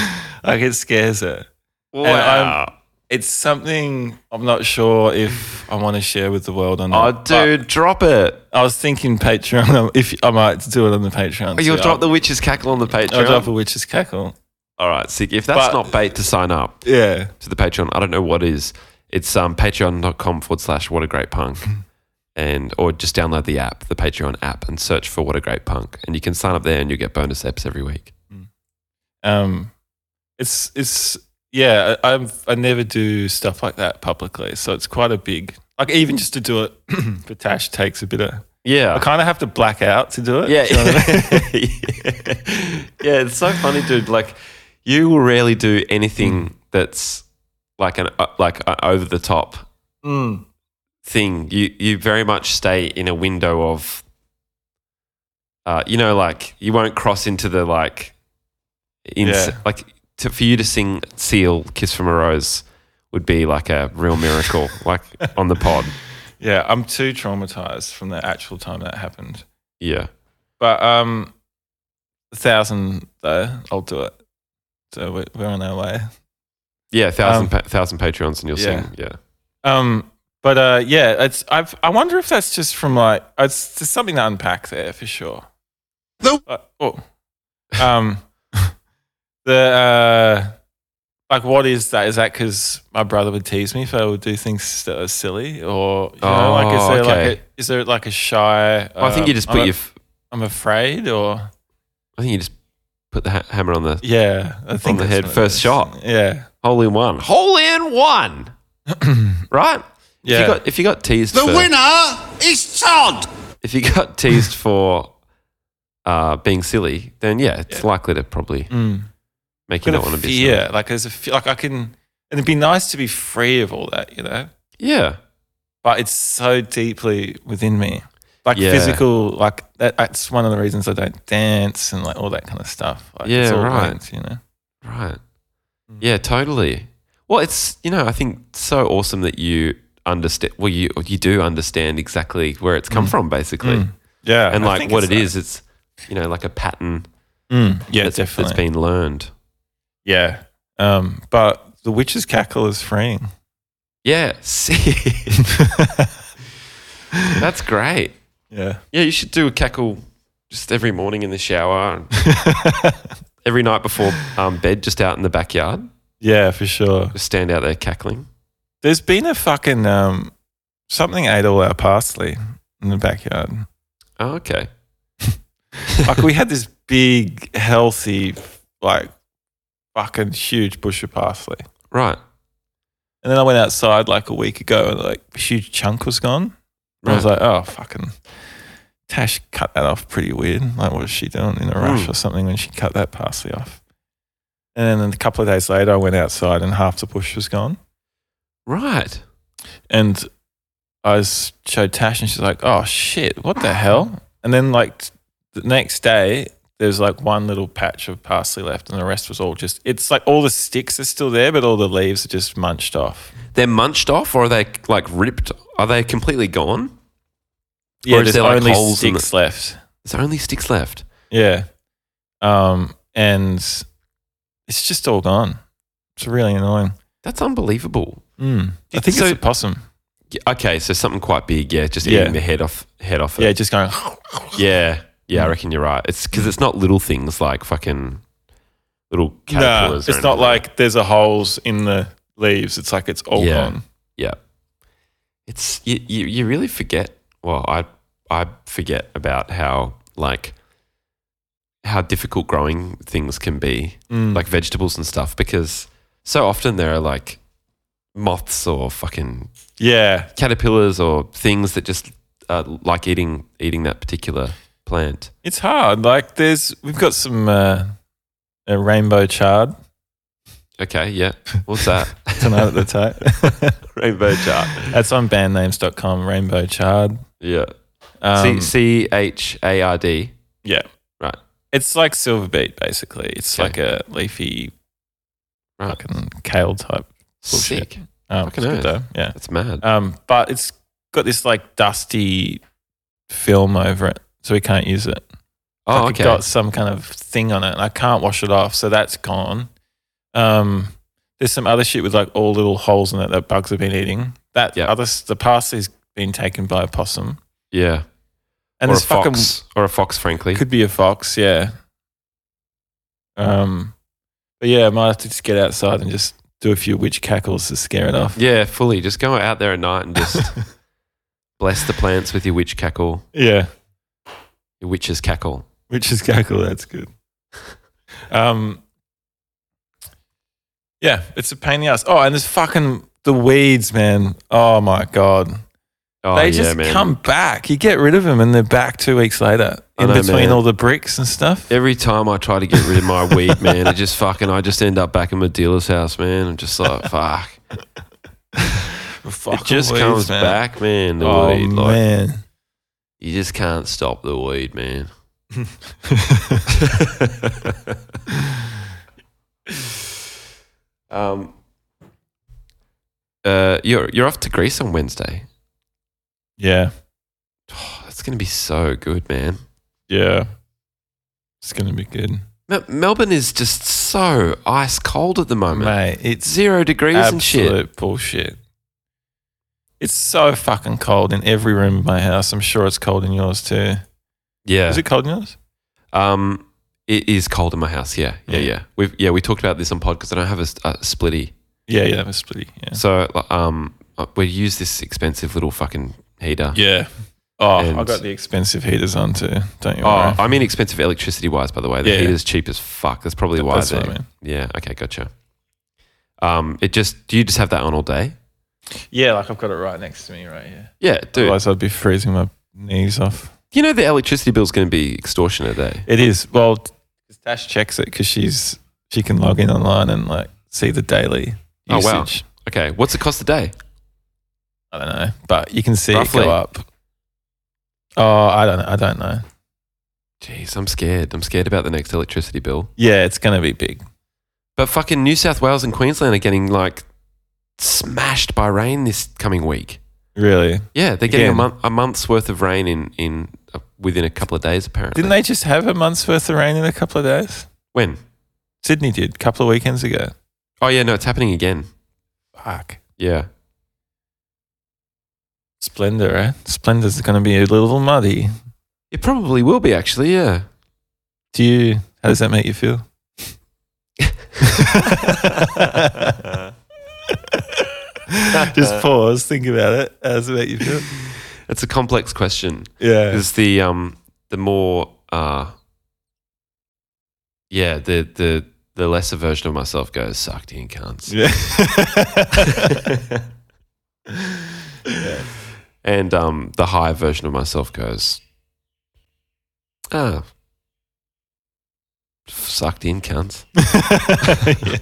Speaker 3: like, it scares her. And
Speaker 1: um, Uh,
Speaker 3: I'm- it's something I'm not sure if I want to share with the world or
Speaker 1: Oh,
Speaker 3: not.
Speaker 1: dude, drop it!
Speaker 3: but I was thinking Patreon, um, if I might do it on the Patreon.
Speaker 1: Oh, you'll
Speaker 3: too.
Speaker 1: drop the witch's cackle on the
Speaker 3: I'll, I'll drop
Speaker 1: Patreon.
Speaker 3: a witch's cackle.
Speaker 1: All right, sick. If that's
Speaker 3: But-
Speaker 1: not bait to sign up
Speaker 3: Yeah.
Speaker 1: to the Patreon, I don't know what is. It's um, patreon.com forward slash what a great punk. And or just download the app, the Patreon app, and search for What a Great Punk. And you can sign up there and you'll get bonus apps every week.
Speaker 3: um it's it's yeah I, I'm I never do stuff like that publicly so it's quite a big like even just to do it for Tash takes a bit of I
Speaker 1: Yeah.
Speaker 3: kind of have to black out to do it
Speaker 1: Yeah.
Speaker 3: do you know what I mean?
Speaker 1: yeah, it's so funny, dude. Like, you will rarely do anything that's like an uh, like a over the top thing. You you very much stay in a window of, uh, you know, like you won't cross into the like, ins-
Speaker 3: Yeah.
Speaker 1: like to, for you to sing "Seal Kiss from a Rose" would be like a real miracle, like on the pod.
Speaker 3: yeah I'm too traumatized from the actual time that happened
Speaker 1: Yeah.
Speaker 3: but um a thousand though I'll do it so we- we're on our way
Speaker 1: Yeah, thousand
Speaker 3: Um,
Speaker 1: pa- thousand Patreons and you'll
Speaker 3: yeah.
Speaker 1: sing. Yeah.
Speaker 3: Um, but uh, yeah, it's I've, I wonder if that's just from like uh, it's there's something to unpack there for sure.
Speaker 5: Nope.
Speaker 3: Uh, oh, um, the uh, like, what is that? Is that because my brother would tease me if I would do things that are silly, or you know, like is
Speaker 1: Oh,
Speaker 3: there like
Speaker 1: okay.
Speaker 3: a, is there like a shy?
Speaker 1: Well, I think
Speaker 3: um,
Speaker 1: you just
Speaker 3: I'm
Speaker 1: put
Speaker 3: a-
Speaker 1: your. F-
Speaker 3: I'm afraid, or
Speaker 1: I think you just put the ha- hammer on the
Speaker 3: yeah, I think
Speaker 1: the
Speaker 3: that's
Speaker 1: head,
Speaker 3: what it
Speaker 1: first
Speaker 3: is.
Speaker 1: shot.
Speaker 3: Yeah,
Speaker 1: hole in one. Hole in one. right. If
Speaker 3: Yeah.
Speaker 1: you got if you got teased
Speaker 2: The
Speaker 1: for,
Speaker 2: winner is Todd.
Speaker 1: if you got teased for uh, being silly, then yeah, it's likely to probably
Speaker 3: Mm.
Speaker 1: make you
Speaker 3: Bit
Speaker 1: not
Speaker 3: of
Speaker 1: want to be. Silly.
Speaker 3: fear. Like there's a fe- like I can, and it'd be nice to be free of all that, you know.
Speaker 1: Yeah.
Speaker 3: But it's so deeply within me, like
Speaker 1: Yeah.
Speaker 3: physical. Like that, that's one of the reasons I don't dance and like all that kind of stuff. Like,
Speaker 1: Yeah,
Speaker 3: it's all
Speaker 1: right.
Speaker 3: linked, you know.
Speaker 1: Right.
Speaker 3: Mm.
Speaker 1: Yeah, totally. Well, it's you know, I think it's so awesome that you understand. Well, you you do understand exactly where it's come from, basically,
Speaker 3: Yeah,
Speaker 1: and
Speaker 3: Mm. I
Speaker 1: like
Speaker 3: think
Speaker 1: what
Speaker 3: it's
Speaker 1: it is. It's you know like a pattern
Speaker 3: Mm, yeah,
Speaker 1: that's,
Speaker 3: definitely.
Speaker 1: that's been learned.
Speaker 3: yeah, um, but the witch's cackle is freeing.
Speaker 1: Yeah, sick. that's great.
Speaker 3: Yeah,
Speaker 1: Yeah, you should do a cackle just every morning in the shower, and every night before um, bed, just out in the backyard,
Speaker 3: yeah, for sure.
Speaker 1: just stand out there cackling.
Speaker 3: There's been a fucking um, something ate all our parsley in the backyard.
Speaker 1: Oh, okay.
Speaker 3: like we had this big, healthy, like fucking huge bush of parsley.
Speaker 1: Right.
Speaker 3: And then I went outside like a week ago and like a huge chunk was gone. And I was like, oh, fucking. Tash cut that off pretty weird. Like, what was she doing in a rush
Speaker 1: Mm.
Speaker 3: or something when she cut that parsley off? And then a couple of days later, I went outside and half the bush was gone.
Speaker 1: Right.
Speaker 3: And I s- showed Tash and she's like, oh shit, what the hell? And then, like, t- the next day, there's like one little patch of parsley left and the rest was all just, it's like all the sticks are still there, but all the leaves are just munched off.
Speaker 1: They're munched off, or are they like ripped? Are they completely gone?
Speaker 3: Yeah,
Speaker 1: is
Speaker 3: there's
Speaker 1: there, like,
Speaker 3: only
Speaker 1: holes in
Speaker 3: sticks left.
Speaker 1: There's only sticks left.
Speaker 3: Yeah. Um, and it's just all gone. It's really annoying.
Speaker 1: That's unbelievable.
Speaker 3: Mm. I think
Speaker 1: so-
Speaker 3: it's a possum.
Speaker 1: Yeah, Okay, so something quite big. Yeah, just
Speaker 3: Yeah.
Speaker 1: eating the head off. Head off.
Speaker 3: Yeah,
Speaker 1: It.
Speaker 3: just going.
Speaker 1: Yeah. Yeah, I reckon you're right. It's because it's not little things like fucking little
Speaker 3: Nah,
Speaker 1: caterpillars.
Speaker 3: it's
Speaker 1: or
Speaker 3: not
Speaker 1: anything.
Speaker 3: like there's a holes in the leaves. It's like it's all
Speaker 1: Yeah.
Speaker 3: gone.
Speaker 1: Yeah. It's you, you you really forget. Well, I I forget about how like how difficult growing things can be,
Speaker 3: Hmm. Mm.
Speaker 1: like vegetables and stuff because so often there are like moths or fucking
Speaker 3: Yeah,
Speaker 1: caterpillars or things that just uh, like eating eating that particular plant.
Speaker 3: it's hard. Like there's, we've got some uh, a rainbow chard
Speaker 1: Okay, yeah. What's that?
Speaker 3: tonight at the tape.
Speaker 1: Rainbow chart.
Speaker 3: That's on bandnames.com, rainbow chard.
Speaker 1: Yeah.
Speaker 3: Um,
Speaker 1: C H A R D.
Speaker 3: yeah.
Speaker 1: Right.
Speaker 3: It's like silver beet, basically. It's
Speaker 1: Okay.
Speaker 3: like a leafy,
Speaker 1: Right.
Speaker 3: fucking kale type. Bullshit.
Speaker 1: Sick.
Speaker 3: Um, it's
Speaker 1: Fucking
Speaker 3: good
Speaker 1: oath.
Speaker 3: though. Yeah.
Speaker 1: That's mad.
Speaker 3: Um, but it's got this like dusty film over it, so we can't use it.
Speaker 1: oh,
Speaker 3: Like,
Speaker 1: okay.
Speaker 3: It got some kind of thing on it, and I can't wash it off, so that's gone. Um, there's some other shit with like all little holes in it that bugs have been eating. That
Speaker 1: Yeah.
Speaker 3: other s- the parsley's been taken by a possum,
Speaker 1: yeah. or
Speaker 3: and
Speaker 1: a
Speaker 3: this fucking
Speaker 1: fox, or a fox, frankly.
Speaker 3: could be a fox, yeah. Um, but yeah, I might have to just get outside and just do a few witch cackles to scare it off.
Speaker 1: yeah, fully. Just go out there at night and just bless the plants with your witch cackle,
Speaker 3: Yeah.
Speaker 1: your witch's cackle.
Speaker 3: which is cackle. That's good. Um, yeah, it's a pain in the ass. Oh, and there's fucking the weeds, man. Oh my god,
Speaker 1: Oh,
Speaker 3: they
Speaker 1: yeah,
Speaker 3: just
Speaker 1: man.
Speaker 3: come back. You get rid of them, and they're back two weeks later
Speaker 1: I
Speaker 3: in
Speaker 1: know,
Speaker 3: between
Speaker 1: man.
Speaker 3: all the bricks and stuff.
Speaker 1: Every time I try to get rid of my weed, man, it just fucking, I just end up back in my dealer's house, man. I'm just like, fuck.
Speaker 3: Fucking
Speaker 1: it just
Speaker 3: weeds,
Speaker 1: comes
Speaker 3: man.
Speaker 1: back, man. The
Speaker 3: Oh
Speaker 1: weed. Like,
Speaker 3: man,
Speaker 1: You just can't stop the weed, man. um, uh, you're, you're off to Greece on Wednesday. Oh,
Speaker 3: yeah,
Speaker 1: That's going to be so good, man.
Speaker 3: yeah. It's gonna be good,
Speaker 1: Mel- Melbourne is just so ice cold at the moment.
Speaker 3: mate. It's
Speaker 1: Zero degrees and shit.
Speaker 3: Absolute bullshit. It's so fucking cold in every room of my house. I'm sure it's cold in yours too.
Speaker 1: Yeah.
Speaker 3: Is it cold in yours?
Speaker 1: um, It is cold in my house. Yeah, yeah, yeah. We've yeah we talked about this on pod because I don't have a, s- a splitty,
Speaker 3: Yeah, yeah, that was pretty. Yeah.
Speaker 1: so like, um uh, we use this expensive little fucking heater.
Speaker 3: Yeah. Oh, I
Speaker 1: And-
Speaker 3: got the expensive heaters on too. Don't you
Speaker 1: Oh,
Speaker 3: worry.
Speaker 1: I mean expensive electricity wise, by the way. The
Speaker 3: Yeah.
Speaker 1: heater's cheap as fuck. That's probably why.
Speaker 3: That's
Speaker 1: they-
Speaker 3: what I mean.
Speaker 1: Yeah. Okay. Gotcha. Um, it just do you just have that on all day?
Speaker 3: yeah, like I've got it right next to me right here.
Speaker 1: Yeah, dude.
Speaker 3: Otherwise, I'd be freezing my knees off.
Speaker 1: you know the electricity bill's going to be extortionate, eh?
Speaker 3: It is. Well, t- Tash checks it because she's she can log in online and like see the daily
Speaker 1: Oh, wow.
Speaker 3: usage.
Speaker 1: Okay. What's it cost a day?
Speaker 3: I don't know, but you can see it
Speaker 1: Roughly.
Speaker 3: go up. Oh, I don't. I don't know.
Speaker 1: Jeez, I'm scared. I'm scared about the next electricity bill.
Speaker 3: Yeah, it's gonna be big.
Speaker 1: But fucking New South Wales and Queensland are getting like smashed by rain this coming week.
Speaker 3: Really?
Speaker 1: Yeah, they're getting a,
Speaker 3: Again.
Speaker 1: month, a month's worth of rain in in uh, within a couple of days. Apparently,
Speaker 3: Didn't they just have a month's worth of rain in a couple of days?
Speaker 1: When?
Speaker 3: Sydney did a couple of weekends ago.
Speaker 1: Oh yeah, no, it's happening again.
Speaker 3: Fuck.
Speaker 1: Yeah.
Speaker 3: Splendor, eh? Splendor's going to be a little muddy.
Speaker 1: It probably will be actually, yeah.
Speaker 3: Do you? How does that make you feel? Just pause, think about it. How does it make you feel?
Speaker 1: It's a complex question
Speaker 3: Yeah.
Speaker 1: because the um the more uh yeah the the the lesser version of myself goes sucked in cunts
Speaker 3: Yeah.
Speaker 1: and um the higher version of myself goes ah sucked in cunts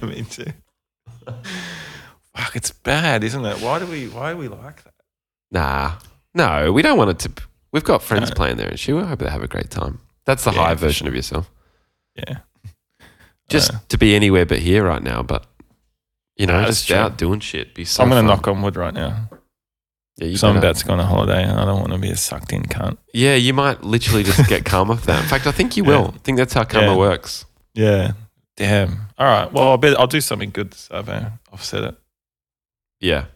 Speaker 3: yeah, me too. Fuck, it's bad, isn't it? Why do we? Why are we like that?
Speaker 1: nah no we don't want it to we've got friends
Speaker 3: No.
Speaker 1: playing there and she we hope they have a great time that's the
Speaker 3: Yeah,
Speaker 1: high
Speaker 3: for
Speaker 1: version of yourself
Speaker 3: Yeah.
Speaker 1: just
Speaker 3: know.
Speaker 1: to be anywhere but here right now but you know
Speaker 3: Nah, that's
Speaker 1: just
Speaker 3: true.
Speaker 1: out doing shit be so
Speaker 3: I'm going
Speaker 1: fun.
Speaker 3: to knock on wood right now.
Speaker 1: Yeah, you
Speaker 3: So I'm
Speaker 1: better-
Speaker 3: about to go on a holiday and I don't want to be a sucked in cunt.
Speaker 1: yeah, you might literally just get karma for that. In fact, I think you
Speaker 3: Yeah.
Speaker 1: will. I think that's how karma
Speaker 3: Yeah.
Speaker 1: works.
Speaker 3: Yeah. Damn. All right. Well, I'll, bet I'll do something good this Saturday. Offset it.
Speaker 1: Yeah.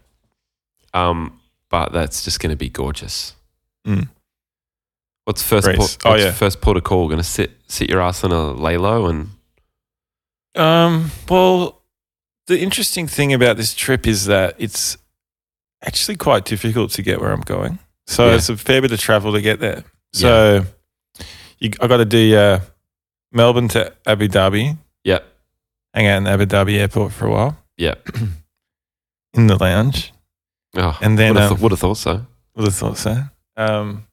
Speaker 1: Um, but that's just going to be gorgeous.
Speaker 3: Mm.
Speaker 1: Hmm. What's first?
Speaker 3: Great.
Speaker 1: Port,
Speaker 3: Oh,
Speaker 1: what's
Speaker 3: yeah.
Speaker 1: First port of call. Going to sit sit your ass on a lay low and
Speaker 3: Um, well, the interesting thing about this trip is that it's actually quite difficult to get where I'm going. So
Speaker 1: Yeah.
Speaker 3: it's a fair bit of travel to get there. So you, I got to do uh, Melbourne to Abu Dhabi,
Speaker 1: yeah,
Speaker 3: hang out in Abu Dhabi airport for a while
Speaker 1: yeah.
Speaker 3: in the lounge.
Speaker 1: Oh,
Speaker 3: And then,
Speaker 1: would have,
Speaker 3: um,
Speaker 1: would have thought so.
Speaker 3: Would have thought so. Um,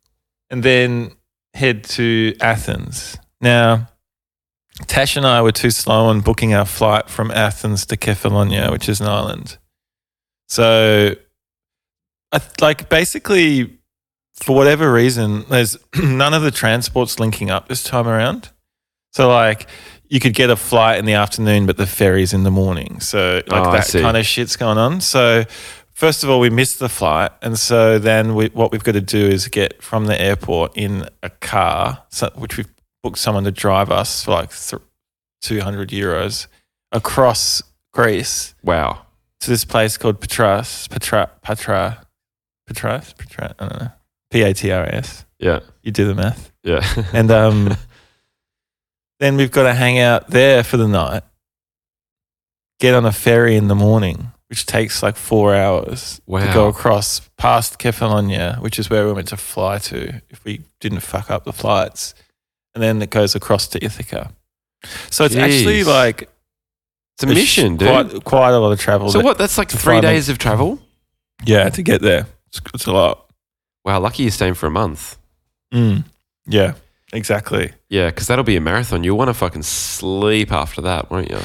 Speaker 3: and then head to Athens. Now, Tash and I were too slow on booking our flight from Athens to Kefalonia, which is an island. So, I th- like basically, for whatever reason, there's none of the transports linking up this time around. So, like, you could get a flight in the afternoon, but the ferry's in the morning. So, like,
Speaker 1: Oh, I
Speaker 3: that
Speaker 1: see.
Speaker 3: kind of shit's going on. So, first of all, we missed the flight, and so then we, what we've got to do is get from the airport in a car, so, which we've booked someone to drive us for like th- two hundred euros across Greece
Speaker 1: Wow.
Speaker 3: to this place called Patras, Patra, Patra, Patras, Patra, I don't know, P A T R S.
Speaker 1: Yeah,
Speaker 3: You do the math,
Speaker 1: yeah.
Speaker 3: and um, then we've got to hang out there for the night. Get on a ferry in the morning, which takes like four hours to go
Speaker 1: wow.
Speaker 3: across past Kefalonia, which is where we meant to fly to if we didn't fuck up the flights. And then it goes across to Ithaca. So it's actually
Speaker 1: Jeez.
Speaker 3: like
Speaker 1: It's a mission, dude.
Speaker 3: Quite, quite a lot of travel.
Speaker 1: so
Speaker 3: that-
Speaker 1: what? That's like three
Speaker 3: find a-
Speaker 1: days of travel.
Speaker 3: Yeah, to get there. It's, it's a lot.
Speaker 1: Wow. Lucky you're staying for a month.
Speaker 3: Mm. Yeah, exactly.
Speaker 1: Yeah, because that'll be a marathon. You'll want to fucking sleep after that, won't you?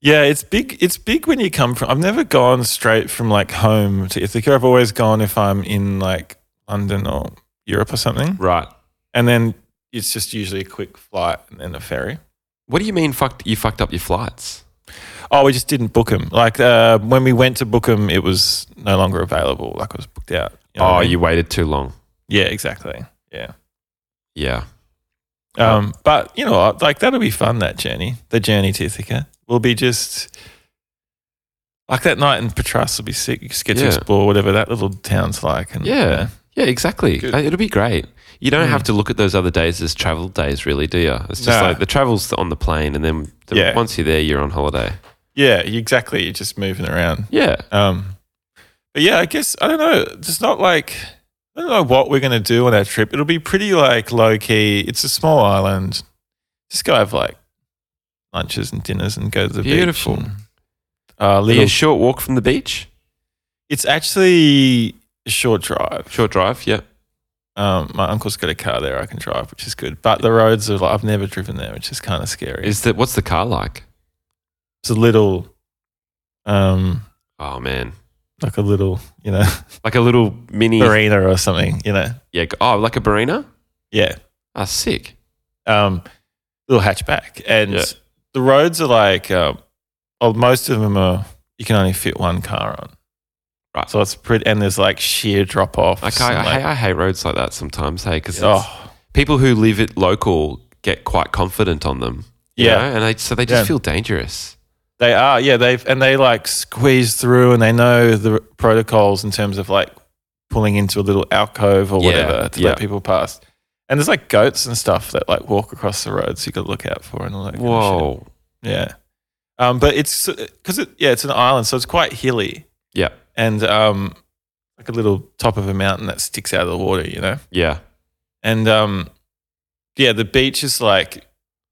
Speaker 3: Yeah, it's big. It's big when you come from. I've never gone straight from like home to Ithaca. I've always gone if I'm in like London or Europe or something,
Speaker 1: Right.
Speaker 3: and then it's just usually a quick flight and then a ferry.
Speaker 1: What do you mean? Fucked? You fucked up your flights.
Speaker 3: Oh, we just didn't book them. Like uh, when we went to book them, it was no longer available. Like it was booked out. You know what
Speaker 1: oh,
Speaker 3: I mean?
Speaker 1: you waited too long.
Speaker 3: Yeah, exactly. Yeah.
Speaker 1: Yeah.
Speaker 3: Um, but you know, what? like that'll be fun. That journey, the journey to Ithaca, will be just like that night in Patras will be sick. You just get to
Speaker 1: Yeah.
Speaker 3: explore whatever that little town's like. And
Speaker 1: Yeah. Yeah, exactly.
Speaker 3: Good. Mm.
Speaker 1: Uh, It'll be great. You don't have to look at those other days as travel days, really, do you? It's just
Speaker 3: Nah.
Speaker 1: like the travel's on the plane, and then the,
Speaker 3: Yeah.
Speaker 1: once you're there, you're on holiday.
Speaker 3: Yeah, exactly. You're just moving around.
Speaker 1: Yeah.
Speaker 3: Um, but yeah, I guess I don't know. It's not like I don't know what we're gonna do on our trip. It'll be pretty like low key. It's a small island. Just go have like lunches and dinners and go to the
Speaker 1: Beautiful.
Speaker 3: beach. and, Uh,
Speaker 1: Are you
Speaker 3: little,
Speaker 1: a short walk from the beach?
Speaker 3: it's actually a short drive.
Speaker 1: Short drive, yeah.
Speaker 3: Um, my uncle's got a car there I can drive, which is good. But the roads are like, I've never driven there, which is kind of scary. It's,
Speaker 1: Is that what's the car like?
Speaker 3: a little, um,
Speaker 1: Oh man,
Speaker 3: like a little, you know,
Speaker 1: like a little mini.
Speaker 3: marina or something, you know.
Speaker 1: Yeah. g- Oh, like a Barina?
Speaker 3: Yeah.
Speaker 1: Ah, sick.
Speaker 3: um, little hatchback, and
Speaker 1: Yeah.
Speaker 3: the roads are like, uh, oh, most of them are you can only fit one car on,
Speaker 1: Right.
Speaker 3: So it's pretty, and there's like sheer drop offs.
Speaker 1: Like, I, I, I hate roads like that sometimes. Hey, because
Speaker 3: oh,
Speaker 1: people who live it local get quite confident on them. you
Speaker 3: Yeah.
Speaker 1: know, and they, so they just
Speaker 3: Yeah.
Speaker 1: feel dangerous.
Speaker 3: they are, yeah, they've and they like squeeze through, and they know the protocols in terms of like pulling into a little alcove or
Speaker 1: Yeah,
Speaker 3: whatever to
Speaker 1: yeah.
Speaker 3: let people pass. And there's like goats and stuff that like walk across the roads you got to look out for and all that. kind of shit.
Speaker 1: Whoa.
Speaker 3: yeah. Um, but it's because it, yeah, it's an island, so it's quite hilly.
Speaker 1: Yeah.
Speaker 3: and um, like a little top of a mountain that sticks out of the water, you know.
Speaker 1: Yeah.
Speaker 3: And um, yeah, the beach is like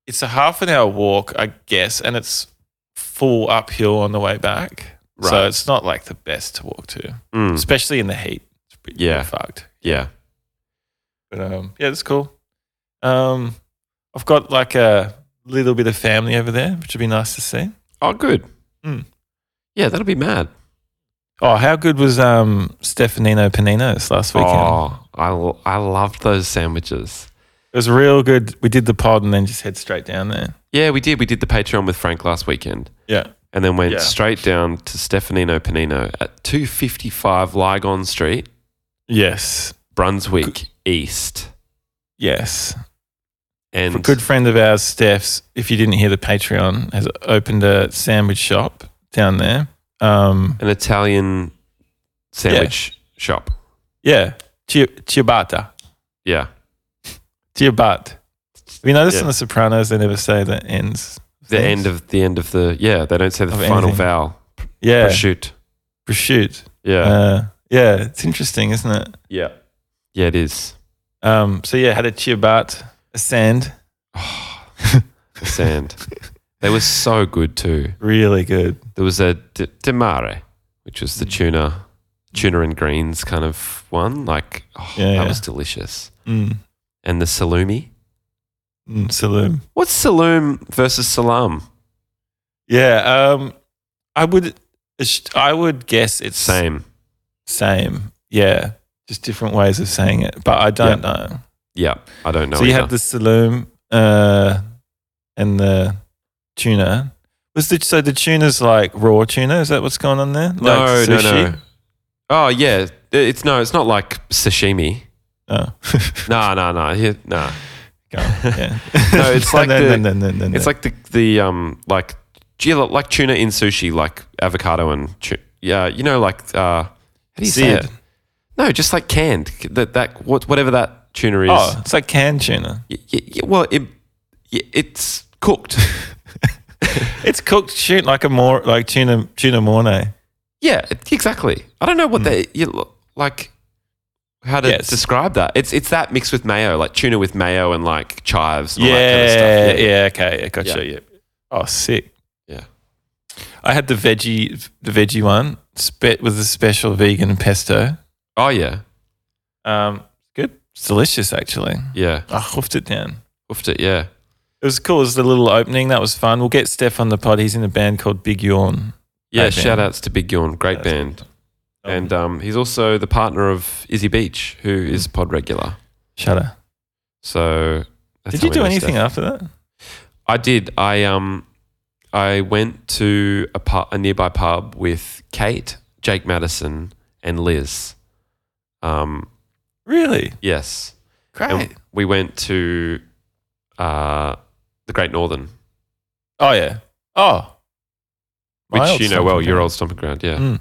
Speaker 3: it's a half an hour walk, I guess, and it's full uphill on the way back. So
Speaker 1: Right.
Speaker 3: it's not like the best to walk to,
Speaker 1: Mm,
Speaker 3: especially in the heat. It's pretty
Speaker 1: Yeah.
Speaker 3: fucked.
Speaker 1: yeah.
Speaker 3: But um, yeah, it's cool. Um, I've got like a little bit of family over there, which would be nice to see.
Speaker 1: Oh, good.
Speaker 3: Mm.
Speaker 1: Yeah, that'll be mad.
Speaker 3: Oh, how good was um, Stefanino Panino's last weekend?
Speaker 1: Oh, I, l- I loved those sandwiches.
Speaker 3: It was real good. We did the pod and then just head straight down there.
Speaker 1: Yeah, we did. We did the Patreon with Frank last weekend,
Speaker 3: Yeah.
Speaker 1: and then went
Speaker 3: Yeah.
Speaker 1: straight down to Stefanino Panino at two fifty five Lygon Street,
Speaker 3: Yes.
Speaker 1: Brunswick East.
Speaker 3: Yes.
Speaker 1: And
Speaker 3: A good friend of ours, Steph's, if you didn't hear the Patreon, has opened a sandwich shop down there. Um,
Speaker 1: an Italian sandwich shop.
Speaker 3: yeah. Chi- Ciabatta.
Speaker 1: Yeah.
Speaker 3: Ciabat. We noticed
Speaker 1: Yeah.
Speaker 3: in The Sopranos they never say the ends.
Speaker 1: The end of the end of the yeah. They don't say the
Speaker 3: Of
Speaker 1: final
Speaker 3: anything.
Speaker 1: vowel.
Speaker 3: Yeah.
Speaker 1: Prosciutto.
Speaker 3: Prosciut.
Speaker 1: Yeah.
Speaker 3: Uh, yeah. It's interesting, isn't it?
Speaker 1: yeah. Yeah. It is.
Speaker 3: Um, so, yeah, had a ciabat, a sand.
Speaker 1: The sand. they were so good too.
Speaker 3: Really good.
Speaker 1: There was a d- de mare, which was
Speaker 3: Mm.
Speaker 1: the tuna, tuna and greens kind of one. Like oh,
Speaker 3: Yeah,
Speaker 1: that
Speaker 3: yeah.
Speaker 1: was delicious.
Speaker 3: Mm.
Speaker 1: And the salumi.
Speaker 3: Mm, Saloon.
Speaker 1: What's saloom versus salam?
Speaker 3: Yeah, um, I would, I would guess it's
Speaker 1: Same.
Speaker 3: Same, yeah, just different ways of saying it, but I don't know.
Speaker 1: Yeah. I don't know.
Speaker 3: so you
Speaker 1: either.
Speaker 3: had the saloon uh, and the tuna. Was the so the tuna's like raw tuna? Is that what's going on there?
Speaker 1: no,
Speaker 3: like
Speaker 1: no, no. Oh yeah, it's no, it's not like sashimi.
Speaker 3: no.
Speaker 1: No, no, no, here- no.
Speaker 3: Oh. Go on, yeah.
Speaker 1: No, it's like
Speaker 3: no,
Speaker 1: the-
Speaker 3: no, no, no, no, no.
Speaker 1: It's like the the um like do you like tuna in sushi, like avocado and tu- yeah, you know, like uh, how do you say
Speaker 3: Seared.
Speaker 1: it? No, just like canned. That that what whatever that tuna is.
Speaker 3: oh, it's like canned tuna.
Speaker 1: Y- y- y- well, it y- it's cooked.
Speaker 3: It's cooked shoot like a more like tuna tuna mornay.
Speaker 1: yeah, it- exactly. I don't know what that you like. How to
Speaker 3: Hmm. Yes.
Speaker 1: describe that? It's it's that mixed with mayo, like tuna with mayo and like chives. And all that kind of
Speaker 3: Yeah,
Speaker 1: stuff.
Speaker 3: yeah, okay, yeah, gotcha. Yeah. Oh, sick.
Speaker 1: Yeah.
Speaker 3: I had the veggie, the veggie one, spe- with a special vegan pesto.
Speaker 1: Oh yeah,
Speaker 3: Um, good, it's delicious actually.
Speaker 1: yeah.
Speaker 3: I hoofed it down.
Speaker 1: Oofed it. Yeah.
Speaker 3: It was cool. It was the little opening. That was fun. We'll get Steph on the pod. He's in a band called Big Yawn.
Speaker 1: Yeah,
Speaker 3: Great
Speaker 1: shout
Speaker 3: band.
Speaker 1: outs to Big Yawn, great
Speaker 3: That's
Speaker 1: band.
Speaker 3: Um,
Speaker 1: And um, he's also the partner of Izzy Beach, who
Speaker 3: Hmm.
Speaker 1: is pod regular.
Speaker 3: Shutter.
Speaker 1: So that's
Speaker 3: Did
Speaker 1: how
Speaker 3: you
Speaker 1: we
Speaker 3: do
Speaker 1: know
Speaker 3: anything
Speaker 1: Steph.
Speaker 3: after that?
Speaker 1: I did. I um, I went to a, pu- a nearby pub with Kate, Jake Madison, and Liz. Um,
Speaker 3: Really?
Speaker 1: yes,
Speaker 3: Great.
Speaker 1: and we went to uh, the Great Northern,
Speaker 3: oh yeah. Oh. My
Speaker 1: which
Speaker 3: old
Speaker 1: you know
Speaker 3: stomping
Speaker 1: well, your
Speaker 3: ground.
Speaker 1: old stomping ground, yeah.
Speaker 3: Mm.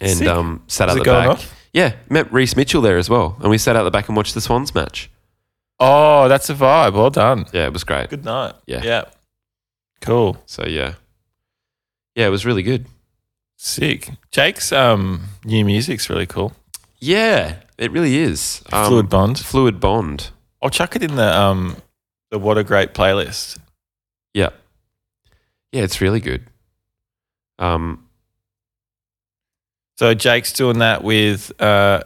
Speaker 1: And
Speaker 3: Sick.
Speaker 1: um, sat
Speaker 3: Is
Speaker 1: out
Speaker 3: it
Speaker 1: the
Speaker 3: going
Speaker 1: back.
Speaker 3: off?
Speaker 1: Yeah, met Reese Mitchell there as well, and we sat out the back and watched the Swans match.
Speaker 3: Oh, that's a vibe. Well done.
Speaker 1: Yeah, it was great.
Speaker 3: Good night.
Speaker 1: Yeah.
Speaker 3: Yeah. Cool.
Speaker 1: So yeah, yeah, it was really good.
Speaker 3: Sick. Jake's um new music's really cool.
Speaker 1: Yeah, it really is. Um,
Speaker 3: Fluid Bond.
Speaker 1: Fluid Bond.
Speaker 3: I'll chuck it in the um the what a great playlist.
Speaker 1: Yeah, yeah, it's really good. Um,
Speaker 3: So Jake's doing that with uh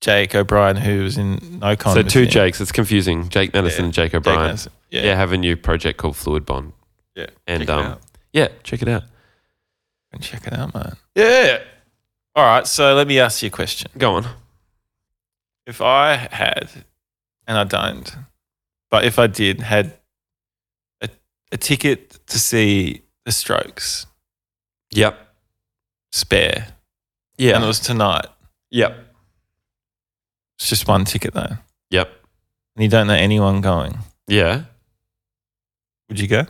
Speaker 3: Jake O'Brien, who was in No Con.
Speaker 1: so
Speaker 3: with
Speaker 1: two
Speaker 3: him.
Speaker 1: Jakes. It's confusing. Jake Madison
Speaker 3: Yeah.
Speaker 1: and Jake
Speaker 3: Jake
Speaker 1: O'Brien.
Speaker 3: Nelson. Yeah.
Speaker 1: yeah. have a new project called Fluid Bond,
Speaker 3: yeah.
Speaker 1: and
Speaker 3: check it
Speaker 1: um,
Speaker 3: out.
Speaker 1: yeah, check it out.
Speaker 3: And check it out, man. Yeah. All right. So let me ask you a question.
Speaker 1: Go on.
Speaker 3: If I had, and I don't, but if I did, had a, a ticket to see the Strokes
Speaker 1: Yep.
Speaker 3: spare,
Speaker 1: Yeah.
Speaker 3: and it was tonight,
Speaker 1: yep.
Speaker 3: it's just one ticket though, and
Speaker 1: Yep.
Speaker 3: you don't know anyone going,
Speaker 1: Yeah.
Speaker 3: would you go?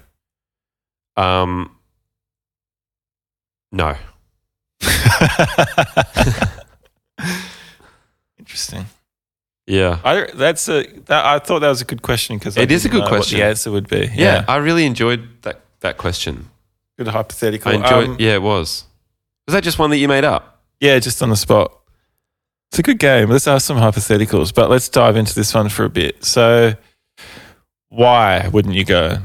Speaker 1: Um. No.
Speaker 3: Interesting.
Speaker 1: Yeah.
Speaker 3: I that's a that, I thought that was a good question because
Speaker 1: It is a good question.
Speaker 3: What the answer would be
Speaker 1: Yeah,
Speaker 3: yeah,
Speaker 1: I really enjoyed that that question.
Speaker 3: good hypothetical.
Speaker 1: I enjoyed.
Speaker 3: Um,
Speaker 1: yeah, it was. Was that just one that you made up?
Speaker 3: Yeah, just on the spot. It's a good game. Let's ask some hypotheticals, but let's dive into this one for a bit. So, why wouldn't you go?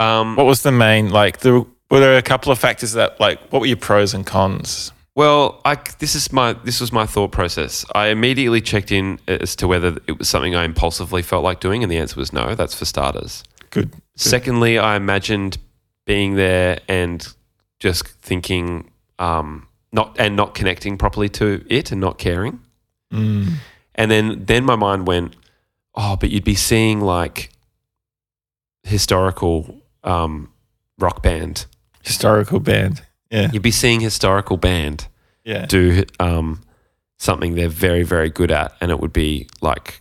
Speaker 1: Um,
Speaker 3: What was the main like? The, were there a couple of factors that like? What were your pros and cons?
Speaker 1: well, I, this is my this was my thought process. I immediately checked in as to whether it was something I impulsively felt like doing, and the answer was no. That's for starters.
Speaker 3: Good.
Speaker 1: Secondly, I imagined being there and just thinking, um, not and not connecting properly to it and not caring.
Speaker 3: Mm.
Speaker 1: And then then my mind went, oh, but you'd be seeing like historical um, rock band.
Speaker 3: Historical band. Yeah.
Speaker 1: You'd be seeing historical band
Speaker 3: Yeah.
Speaker 1: do um, something they're very very good at, and it would be like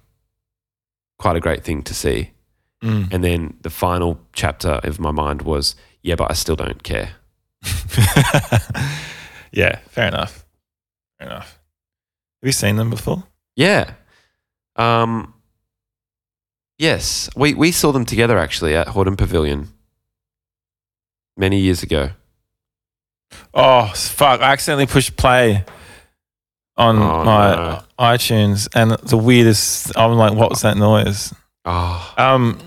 Speaker 1: quite a great thing to see.
Speaker 3: Mm.
Speaker 1: And then the final chapter of my mind was, yeah, but I still don't care.
Speaker 3: yeah. Fair enough. Fair enough. Have you seen them before?
Speaker 1: Yeah. Um, yes, we we saw them together actually at Horden Pavilion many years ago.
Speaker 3: Oh fuck! I accidentally pushed play on
Speaker 1: Oh,
Speaker 3: my
Speaker 1: no.
Speaker 3: iTunes, and the weirdest. I'm like, what was that noise?
Speaker 1: Oh,
Speaker 3: Um,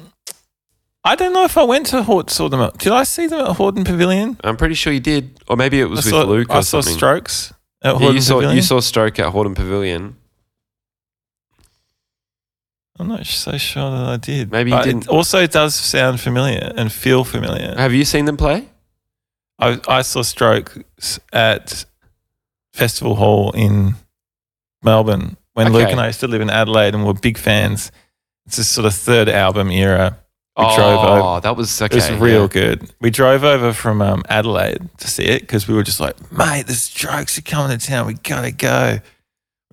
Speaker 3: I don't know if I went to Hort saw them. At, did I see them at Horden Pavilion?
Speaker 1: I'm pretty sure you did, or maybe it was
Speaker 3: I
Speaker 1: with
Speaker 3: saw,
Speaker 1: Luke or
Speaker 3: I saw
Speaker 1: something.
Speaker 3: Strokes at
Speaker 1: yeah,
Speaker 3: Horden
Speaker 1: you saw
Speaker 3: Pavilion.
Speaker 1: you saw Stroke at Horden Pavilion.
Speaker 3: I'm not so sure that I did.
Speaker 1: Maybe you
Speaker 3: But
Speaker 1: didn't.
Speaker 3: It also does sound familiar and feel familiar.
Speaker 1: Have you seen them play?
Speaker 3: I, I saw Strokes at Festival Hall in Melbourne when Luke
Speaker 1: Okay.
Speaker 3: and I used to live in Adelaide and were big fans. It's this sort of third album era. We
Speaker 1: oh,
Speaker 3: drove over.
Speaker 1: that was okay.
Speaker 3: It was real
Speaker 1: yeah.
Speaker 3: good. We drove over from um, Adelaide to see it because we were just like, mate, the Strokes are coming to town. We gotta go.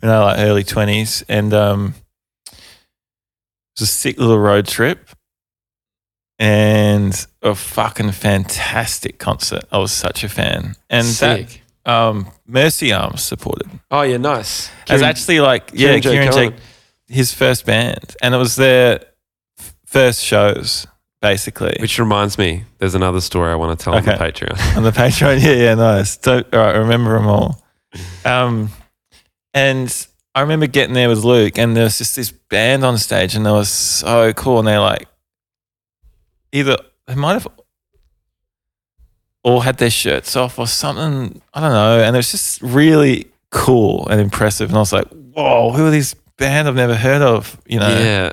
Speaker 3: You know, like early twenties, and um, it was a sick little road trip, and a fucking fantastic concert. I was such a fan, and
Speaker 1: Sick.
Speaker 3: that um, Mercy Arms supported.
Speaker 1: oh yeah, nice.
Speaker 3: It's
Speaker 1: Kieran-
Speaker 3: actually like yeah,
Speaker 1: Kieran J.
Speaker 3: Kieran
Speaker 1: Cullen.
Speaker 3: Jake, his first band, and it was their f- first shows basically.
Speaker 1: which reminds me, there's another story I want to tell on the
Speaker 3: Okay.
Speaker 1: Patreon.
Speaker 3: on the Patreon. Yeah, yeah, nice. So, all right, remember them all. Um, and I remember getting there with Luke, and there was just this band on stage, and they were so cool. And they're like, either they might have all had their shirts off or something. I don't know. And it was just really cool and impressive. And I was like, whoa, who are these band I've never heard of? You know.
Speaker 1: yeah.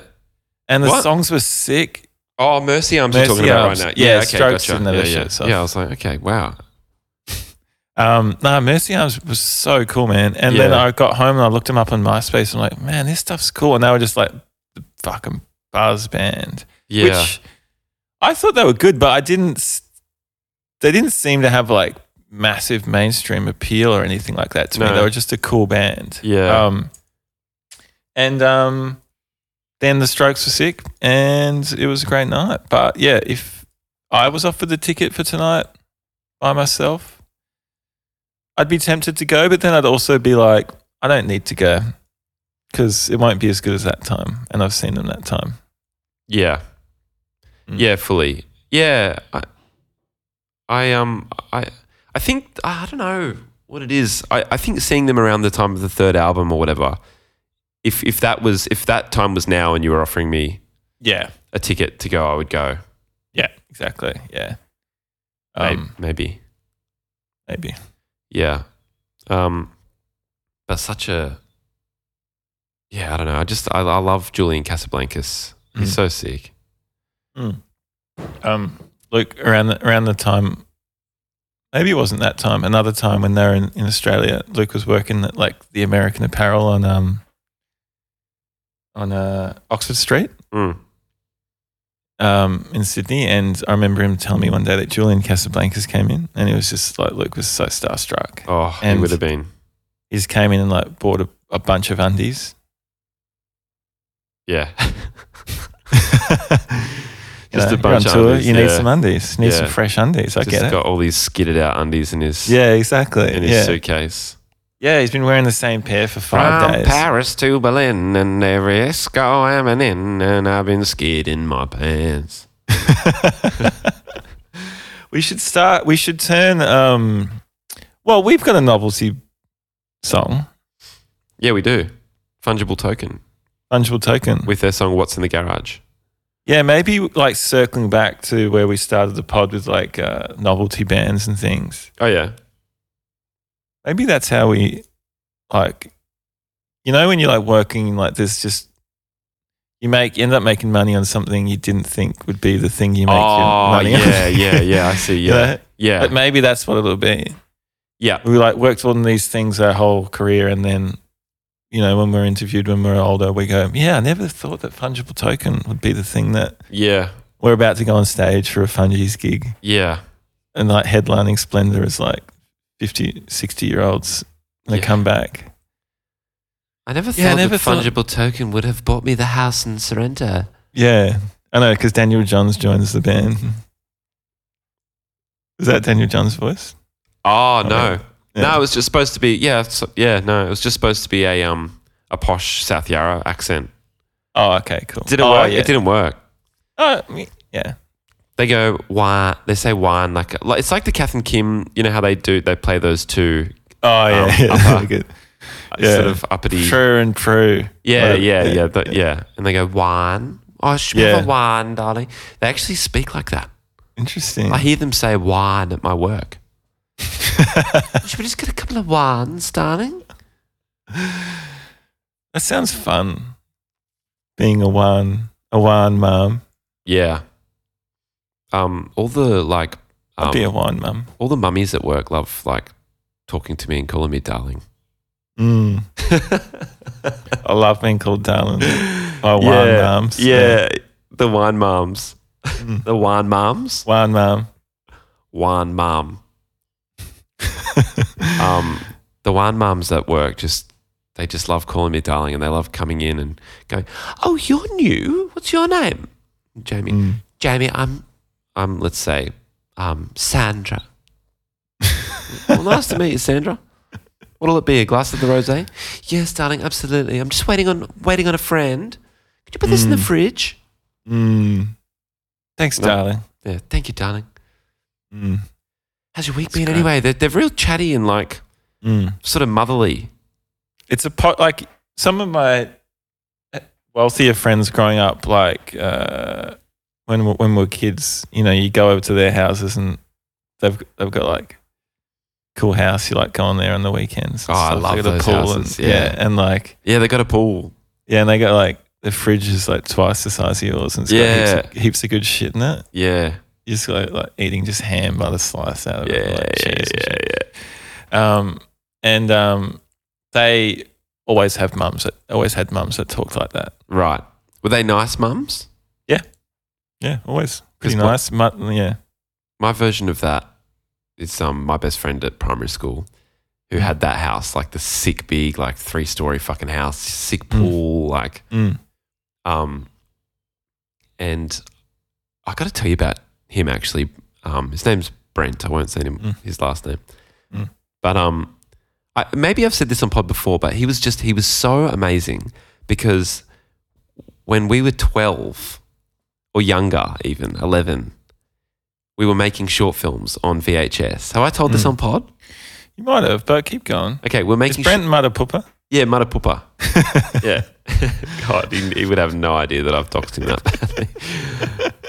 Speaker 3: And the
Speaker 1: What?
Speaker 3: songs were sick.
Speaker 1: Oh, Mercy Arms
Speaker 3: Mercy
Speaker 1: you're talking
Speaker 3: Arms.
Speaker 1: about right now.
Speaker 3: Yeah,
Speaker 1: Yeah, okay,
Speaker 3: Strokes
Speaker 1: gotcha.
Speaker 3: didn't have
Speaker 1: yeah,
Speaker 3: their
Speaker 1: yeah.
Speaker 3: shirts off.
Speaker 1: yeah, I was like, okay, wow.
Speaker 3: Um, no, Mercy Arms was so cool, man. And then
Speaker 1: Yeah.
Speaker 3: I got home and I looked them up on MySpace. And I'm like, man, this stuff's cool. And they were just like the fucking buzz band,
Speaker 1: Yeah.
Speaker 3: which I thought they were good, but I didn't. s- They didn't seem to have like massive mainstream appeal or anything like that to me.
Speaker 1: No.
Speaker 3: They were just a cool band.
Speaker 1: Yeah.
Speaker 3: Um, and um, then the Strokes were sick, and it was a great night. But yeah, if I was offered the ticket for tonight by myself, I'd be tempted to go, but then I'd also be like, I don't need to go because it won't be as good as that time. And I've seen them that time.
Speaker 1: Yeah.
Speaker 3: Mm.
Speaker 1: Yeah, fully. Yeah. I, I um I I think I don't know what it is. I, I think seeing them around the time of the third album or whatever, if if that was if that time was now and you were offering me
Speaker 3: Yeah.
Speaker 1: a ticket to go, I would go.
Speaker 3: Yeah. Exactly. Yeah.
Speaker 1: May-
Speaker 3: Um,
Speaker 1: maybe.
Speaker 3: maybe.
Speaker 1: Yeah. Um but such a Yeah, I don't know. I just I, I love Julian Casablancas. He's
Speaker 3: Mm.
Speaker 1: so sick. Hmm.
Speaker 3: Um, Luke, around the, around the time, maybe it wasn't that time. Another time when they were in, in Australia, Luke was working at like the American Apparel on um on uh, Oxford Street.
Speaker 1: Mm.
Speaker 3: um, in Sydney, and I remember him telling me one day that Julian Casablancas came in, and he was just like Luke was so starstruck.
Speaker 1: Oh,
Speaker 3: And-
Speaker 1: he would have been.
Speaker 3: He just came in and like bought a, a bunch of undies.
Speaker 1: Yeah.
Speaker 3: just
Speaker 1: a bunch of
Speaker 3: tour,
Speaker 1: undies,
Speaker 3: You need
Speaker 1: yeah.
Speaker 3: some undies. You need some
Speaker 1: Yeah.
Speaker 3: fresh undies. I
Speaker 1: Just
Speaker 3: get it.
Speaker 1: got all these skidded out undies in his
Speaker 3: yeah, exactly.
Speaker 1: in his
Speaker 3: yeah.
Speaker 1: suitcase.
Speaker 3: yeah, he's been wearing the same pair for five
Speaker 1: From
Speaker 3: days.
Speaker 1: Paris to Berlin and every esco I'm an in and I've been skid in my pants.
Speaker 3: we should start. We should turn. Um, well, we've got a novelty song,
Speaker 1: Yeah, we do. Fungible Token
Speaker 3: fungible token.
Speaker 1: with their song What's in the Garage.
Speaker 3: Yeah, maybe like circling back to where we started the pod with like uh, novelty bands and things.
Speaker 1: Oh yeah.
Speaker 3: Maybe that's how we like, you know, when you're like working like this, just you make you end up making money on something you didn't think would be the thing you make your
Speaker 1: Oh
Speaker 3: money on.
Speaker 1: yeah, yeah, yeah. I see.
Speaker 3: You
Speaker 1: Yeah,
Speaker 3: know? But
Speaker 1: yeah,
Speaker 3: maybe that's what it'll be.
Speaker 1: yeah.
Speaker 3: We like worked on these things our whole career, and then you know when we're interviewed when we're older, we go, "Yeah, I never thought that fungible token would be the thing that
Speaker 1: Yeah,
Speaker 3: we're about to go on stage for a fungies gig."
Speaker 1: yeah,
Speaker 3: and like headlining Splendor is like 50, 60 year olds and they
Speaker 1: Yeah.
Speaker 3: come back.
Speaker 1: I never
Speaker 3: Yeah, I
Speaker 1: thought
Speaker 3: never
Speaker 1: that
Speaker 3: thought-
Speaker 1: Fungible Token would have bought me the house in Sorrento.
Speaker 3: Yeah. I know because Daniel Johns joins the band. Is that Daniel Johns' voice?
Speaker 1: Oh
Speaker 3: yeah.
Speaker 1: no, no, it was just supposed to be. Yeah, so- yeah, no, it was just supposed to be a um a posh South Yarra accent.
Speaker 3: Oh, okay, cool.
Speaker 1: Didn't
Speaker 3: oh,
Speaker 1: work.
Speaker 3: Yeah.
Speaker 1: It didn't work.
Speaker 3: Oh, I mean, yeah.
Speaker 1: They go wine. They say wine like, like it's like the Kath and Kim. You know how they do? They play those two
Speaker 3: Oh, yeah.
Speaker 1: Um,
Speaker 3: yeah.
Speaker 1: upper.
Speaker 3: Good.
Speaker 1: uh,
Speaker 3: Yeah.
Speaker 1: sort of uppity.
Speaker 3: True and true.
Speaker 1: Yeah,
Speaker 3: Like,
Speaker 1: yeah, yeah, yeah, the- yeah. And they go wine. Oh, should we have
Speaker 3: Yeah.
Speaker 1: a wine, darling? They actually speak like that.
Speaker 3: Interesting.
Speaker 1: I hear them say wine at my work. should we just get a couple of wines, darling?
Speaker 3: That sounds fun. Being a one, a one mum.
Speaker 1: Yeah. Um, all the like,
Speaker 3: I'd
Speaker 1: um,
Speaker 3: be a one mum.
Speaker 1: all the mummies at work love like talking to me and calling me darling.
Speaker 3: Mm. I love being called darling. Oh, one mums.
Speaker 1: the wine moms,
Speaker 3: Mm.
Speaker 1: the wine moms,
Speaker 3: One mum.
Speaker 1: wine mom. um, the wine moms at work just they just love calling me darling, and they love coming in and going, "Oh, you're new. What's your name, Jamie?
Speaker 3: Mm.
Speaker 1: Jamie, I'm, I'm. Let's say, um, Sandra. well, nice to meet you, Sandra. What'll it be? A glass of the rosé? Yes, darling. Absolutely. I'm just waiting on waiting on a friend. Could you put this in the
Speaker 3: Mm.
Speaker 1: fridge?
Speaker 3: Mm. Thanks,
Speaker 1: No.
Speaker 3: darling.
Speaker 1: Yeah, thank you, darling.
Speaker 3: Mm.
Speaker 1: How's your week
Speaker 3: That's
Speaker 1: been
Speaker 3: great.
Speaker 1: anyway? They're, they're real chatty and like
Speaker 3: Mm.
Speaker 1: sort of motherly.
Speaker 3: It's a pot like some of my uh, wealthier friends growing up, like uh, when we- when we were kids. You know, you go over to their houses and they've they've got like cool house. You like go on there on the weekends. and
Speaker 1: Oh, I
Speaker 3: stuff. They
Speaker 1: love
Speaker 3: got a
Speaker 1: those houses,
Speaker 3: And,
Speaker 1: yeah.
Speaker 3: and like
Speaker 1: Yeah, they got a pool.
Speaker 3: yeah, and they got like the fridge is like twice the size of yours, and it's got heaps of, heaps of good shit in it.
Speaker 1: Yeah,
Speaker 3: You just like, like eating just ham by the slice out of it, like cheese and shit. Um, and um, they always have mums that always had mums that talked like that.
Speaker 1: Right. Were they nice mums?
Speaker 3: Yeah, always pretty
Speaker 1: Because my-
Speaker 3: nice. Mu- yeah,
Speaker 1: My version of that is um, my best friend at primary school who had that house, like the sick big, like three story fucking house, sick pool, like
Speaker 3: Mm.
Speaker 1: um and I gotta tell you about him actually. Um his name's Brent. I won't say him
Speaker 3: Mm.
Speaker 1: his last name.
Speaker 3: Mm.
Speaker 1: But um I, maybe I've said this on pod before, but he was just he was so amazing because when we were twelve or younger, even eleven, we were making short films on VHS. Have I told
Speaker 3: Mm.
Speaker 1: this on pod?
Speaker 3: You might have, but keep going.
Speaker 1: Okay, we're
Speaker 3: Is
Speaker 1: making short-
Speaker 3: Brent Mother Pooper?
Speaker 1: yeah, Mata Pupa. yeah. God, he, he would have no idea that I've doxed him that badly.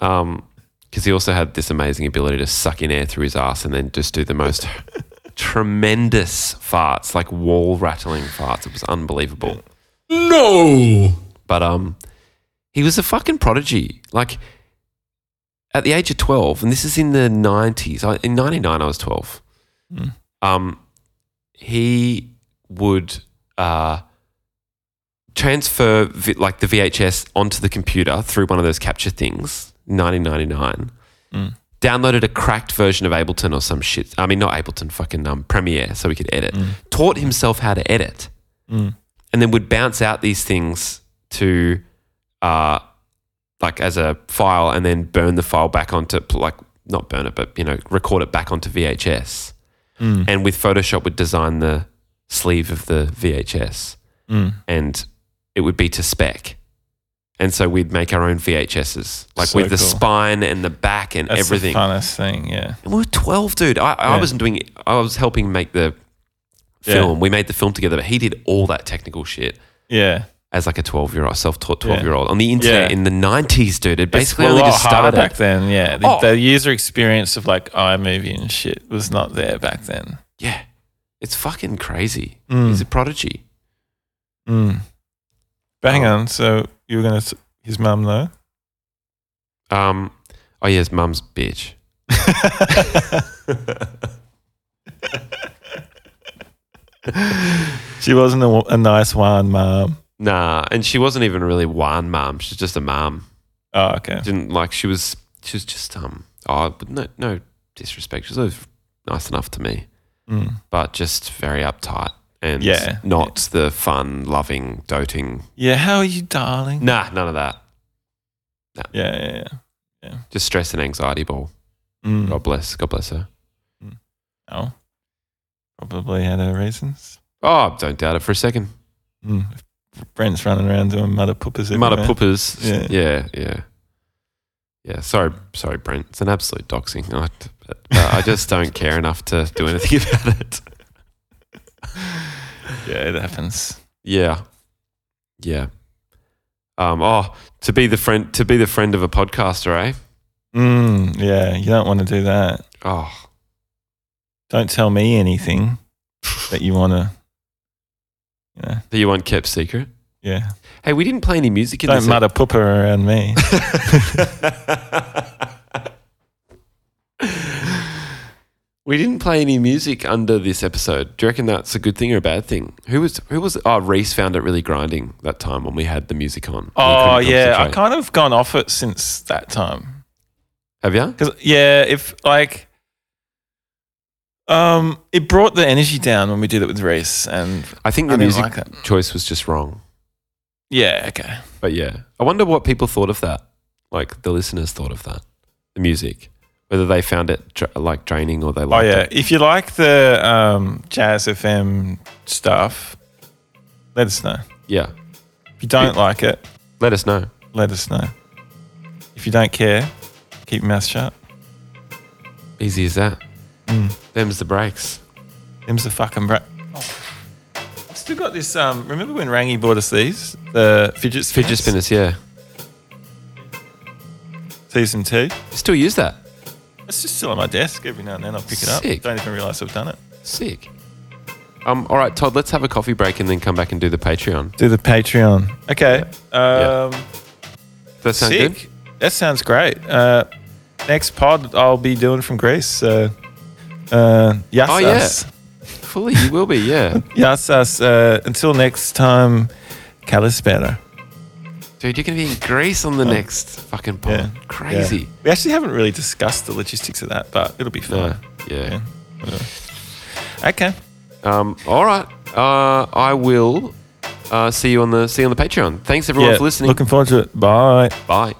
Speaker 1: Um, because he also had this amazing ability to suck in air through his ass and then just do the most tremendous farts, like wall rattling farts. It was unbelievable.
Speaker 6: No.
Speaker 1: But um, he was a fucking prodigy. Like at the age of twelve, and this is in the nineties. In ninety nine, I was twelve. Um, he would uh, transfer vi- like the VHS onto the computer through one of those capture things. Nineteen ninety nine. Downloaded a cracked version of Ableton or some shit. I mean, not Ableton, fucking um, Premiere, so he could edit.
Speaker 3: Mm.
Speaker 1: Taught himself how to edit and then would bounce out these things to uh, like as a file and then burn the file back onto like not burn it but you know record it back onto VHS
Speaker 3: Mm.
Speaker 1: and with Photoshop would design the sleeve of the VHS
Speaker 3: Mm.
Speaker 1: and it would be to spec and so we'd make our own VHSs like
Speaker 3: So
Speaker 1: with the
Speaker 3: cool.
Speaker 1: spine and the back and
Speaker 3: That's
Speaker 1: everything
Speaker 3: the funnest thing, yeah.
Speaker 1: and we were 12, dude. I, I
Speaker 3: Yeah.
Speaker 1: wasn't doing it. I was helping make the
Speaker 3: Yeah.
Speaker 1: film. We made the film together, but he did all that technical shit
Speaker 3: Yeah.
Speaker 1: as like a 12 year old, self taught 12 year old on the internet
Speaker 3: Yeah.
Speaker 1: in the 90s, dude. It basically
Speaker 3: It's a
Speaker 1: only
Speaker 3: lot
Speaker 1: just
Speaker 3: harder
Speaker 1: started.
Speaker 3: back then, yeah. The,
Speaker 1: Oh.
Speaker 3: the user experience of like iMovie and shit was not there back then.
Speaker 1: Yeah. It's fucking crazy.
Speaker 3: Mm.
Speaker 1: He's a prodigy.
Speaker 3: Mm. But hang
Speaker 1: Oh.
Speaker 3: on, so you were gonna s- his mum though?
Speaker 1: Um, oh, yeah, his mum's bitch.
Speaker 3: She wasn't a, wa- a nice one, mum.
Speaker 1: Nah. And she wasn't even really one mum. She's just a mum.
Speaker 3: Oh, okay.
Speaker 1: Didn't like, she was, she was just, um, oh, but no, no disrespect. She was always nice enough to me.
Speaker 3: Mm.
Speaker 1: but just very uptight and
Speaker 3: Yeah.
Speaker 1: not the fun, loving, doting.
Speaker 3: Yeah, how are you, darling?
Speaker 1: Nah, none of that.
Speaker 3: Yeah, yeah, yeah.
Speaker 1: Just stress and anxiety ball.
Speaker 3: Mm.
Speaker 1: God bless. God bless her.
Speaker 3: No. Oh. Probably had her reasons.
Speaker 1: Oh, don't doubt it for a second.
Speaker 3: Mm. If Brent's running around doing mother poopers.
Speaker 1: Mother
Speaker 3: everywhere.
Speaker 1: poopers.
Speaker 3: Yeah.
Speaker 1: Yeah. yeah, yeah, Sorry, sorry, Brent. It's an absolute doxing. I, but, uh, I just don't care enough to do anything about it.
Speaker 3: Yeah, it happens.
Speaker 1: Yeah, yeah. Um, oh, to be the friend, to be the friend of a podcaster, eh? Hmm.
Speaker 3: Mm, yeah, you don't want to do that.
Speaker 1: Oh,
Speaker 3: Don't tell me anything that you want to. You know,
Speaker 1: that you want kept secret.
Speaker 3: yeah.
Speaker 1: Hey, we didn't play any music in
Speaker 3: Don't
Speaker 1: this.
Speaker 3: mutter pooper around me.
Speaker 1: We didn't play any music under this episode. Do you reckon that's a good thing or a bad thing? Who was who was? Oh, Reese found it really grinding that time when we had the music on.
Speaker 3: oh
Speaker 1: We couldn't
Speaker 3: yeah, I
Speaker 1: concentrate.
Speaker 3: kind of gone off it since that time.
Speaker 1: Have you?
Speaker 3: Because yeah, if like, um, it brought the energy down when we did it with Reese, and
Speaker 1: I think
Speaker 3: I
Speaker 1: the
Speaker 3: didn't
Speaker 1: music
Speaker 3: like that.
Speaker 1: choice was just wrong.
Speaker 3: Yeah, okay.
Speaker 1: But yeah, I wonder what people thought of that. Like the listeners thought of that. The music, whether they found it dra- like draining or they
Speaker 3: Oh
Speaker 1: liked
Speaker 3: yeah,
Speaker 1: it.
Speaker 3: if you like the um, Jazz FM stuff, let us know.
Speaker 1: Yeah.
Speaker 3: If you don't like it,
Speaker 1: Let us know.
Speaker 3: let us know. If you don't care, keep your mouth shut.
Speaker 1: Easy as that.
Speaker 3: Mm.
Speaker 1: Them's the breaks.
Speaker 3: Them's the fucking bra- I've still got this. Um, remember when Rangi bought us these? The fidget spinners?
Speaker 1: Fidget spinners. Yeah.
Speaker 3: Season two.
Speaker 1: Still use that.
Speaker 3: It's just still on my desk. Every now and then I'll pick it up.
Speaker 1: Sick.
Speaker 3: Don't even realise I've done it.
Speaker 1: Sick. Um, all right, Todd, let's have a coffee break and then come back and do the Patreon.
Speaker 3: Do the Patreon. Okay. Um,
Speaker 1: Does that sound
Speaker 3: sick.
Speaker 1: good?
Speaker 3: That sounds great. Uh, next pod I'll be doing from Greece. So, uh, yes,
Speaker 1: Oh,
Speaker 3: us.
Speaker 1: Fully, you will be, yeah.
Speaker 3: yes, us. Uh, until next time, Kalispera.
Speaker 1: Dude, you're going to be in Greece on the next fucking pod.
Speaker 3: Yeah.
Speaker 1: Oh, Crazy.
Speaker 3: We actually haven't really discussed the logistics of that, but it'll be
Speaker 1: Yeah.
Speaker 3: fun.
Speaker 1: yeah.
Speaker 3: Okay.
Speaker 1: Um, all right. Uh, I will uh, see you on the see you on the Patreon. Thanks everyone
Speaker 3: Yeah,
Speaker 1: for listening.
Speaker 3: Looking forward to it. Bye.
Speaker 1: Bye.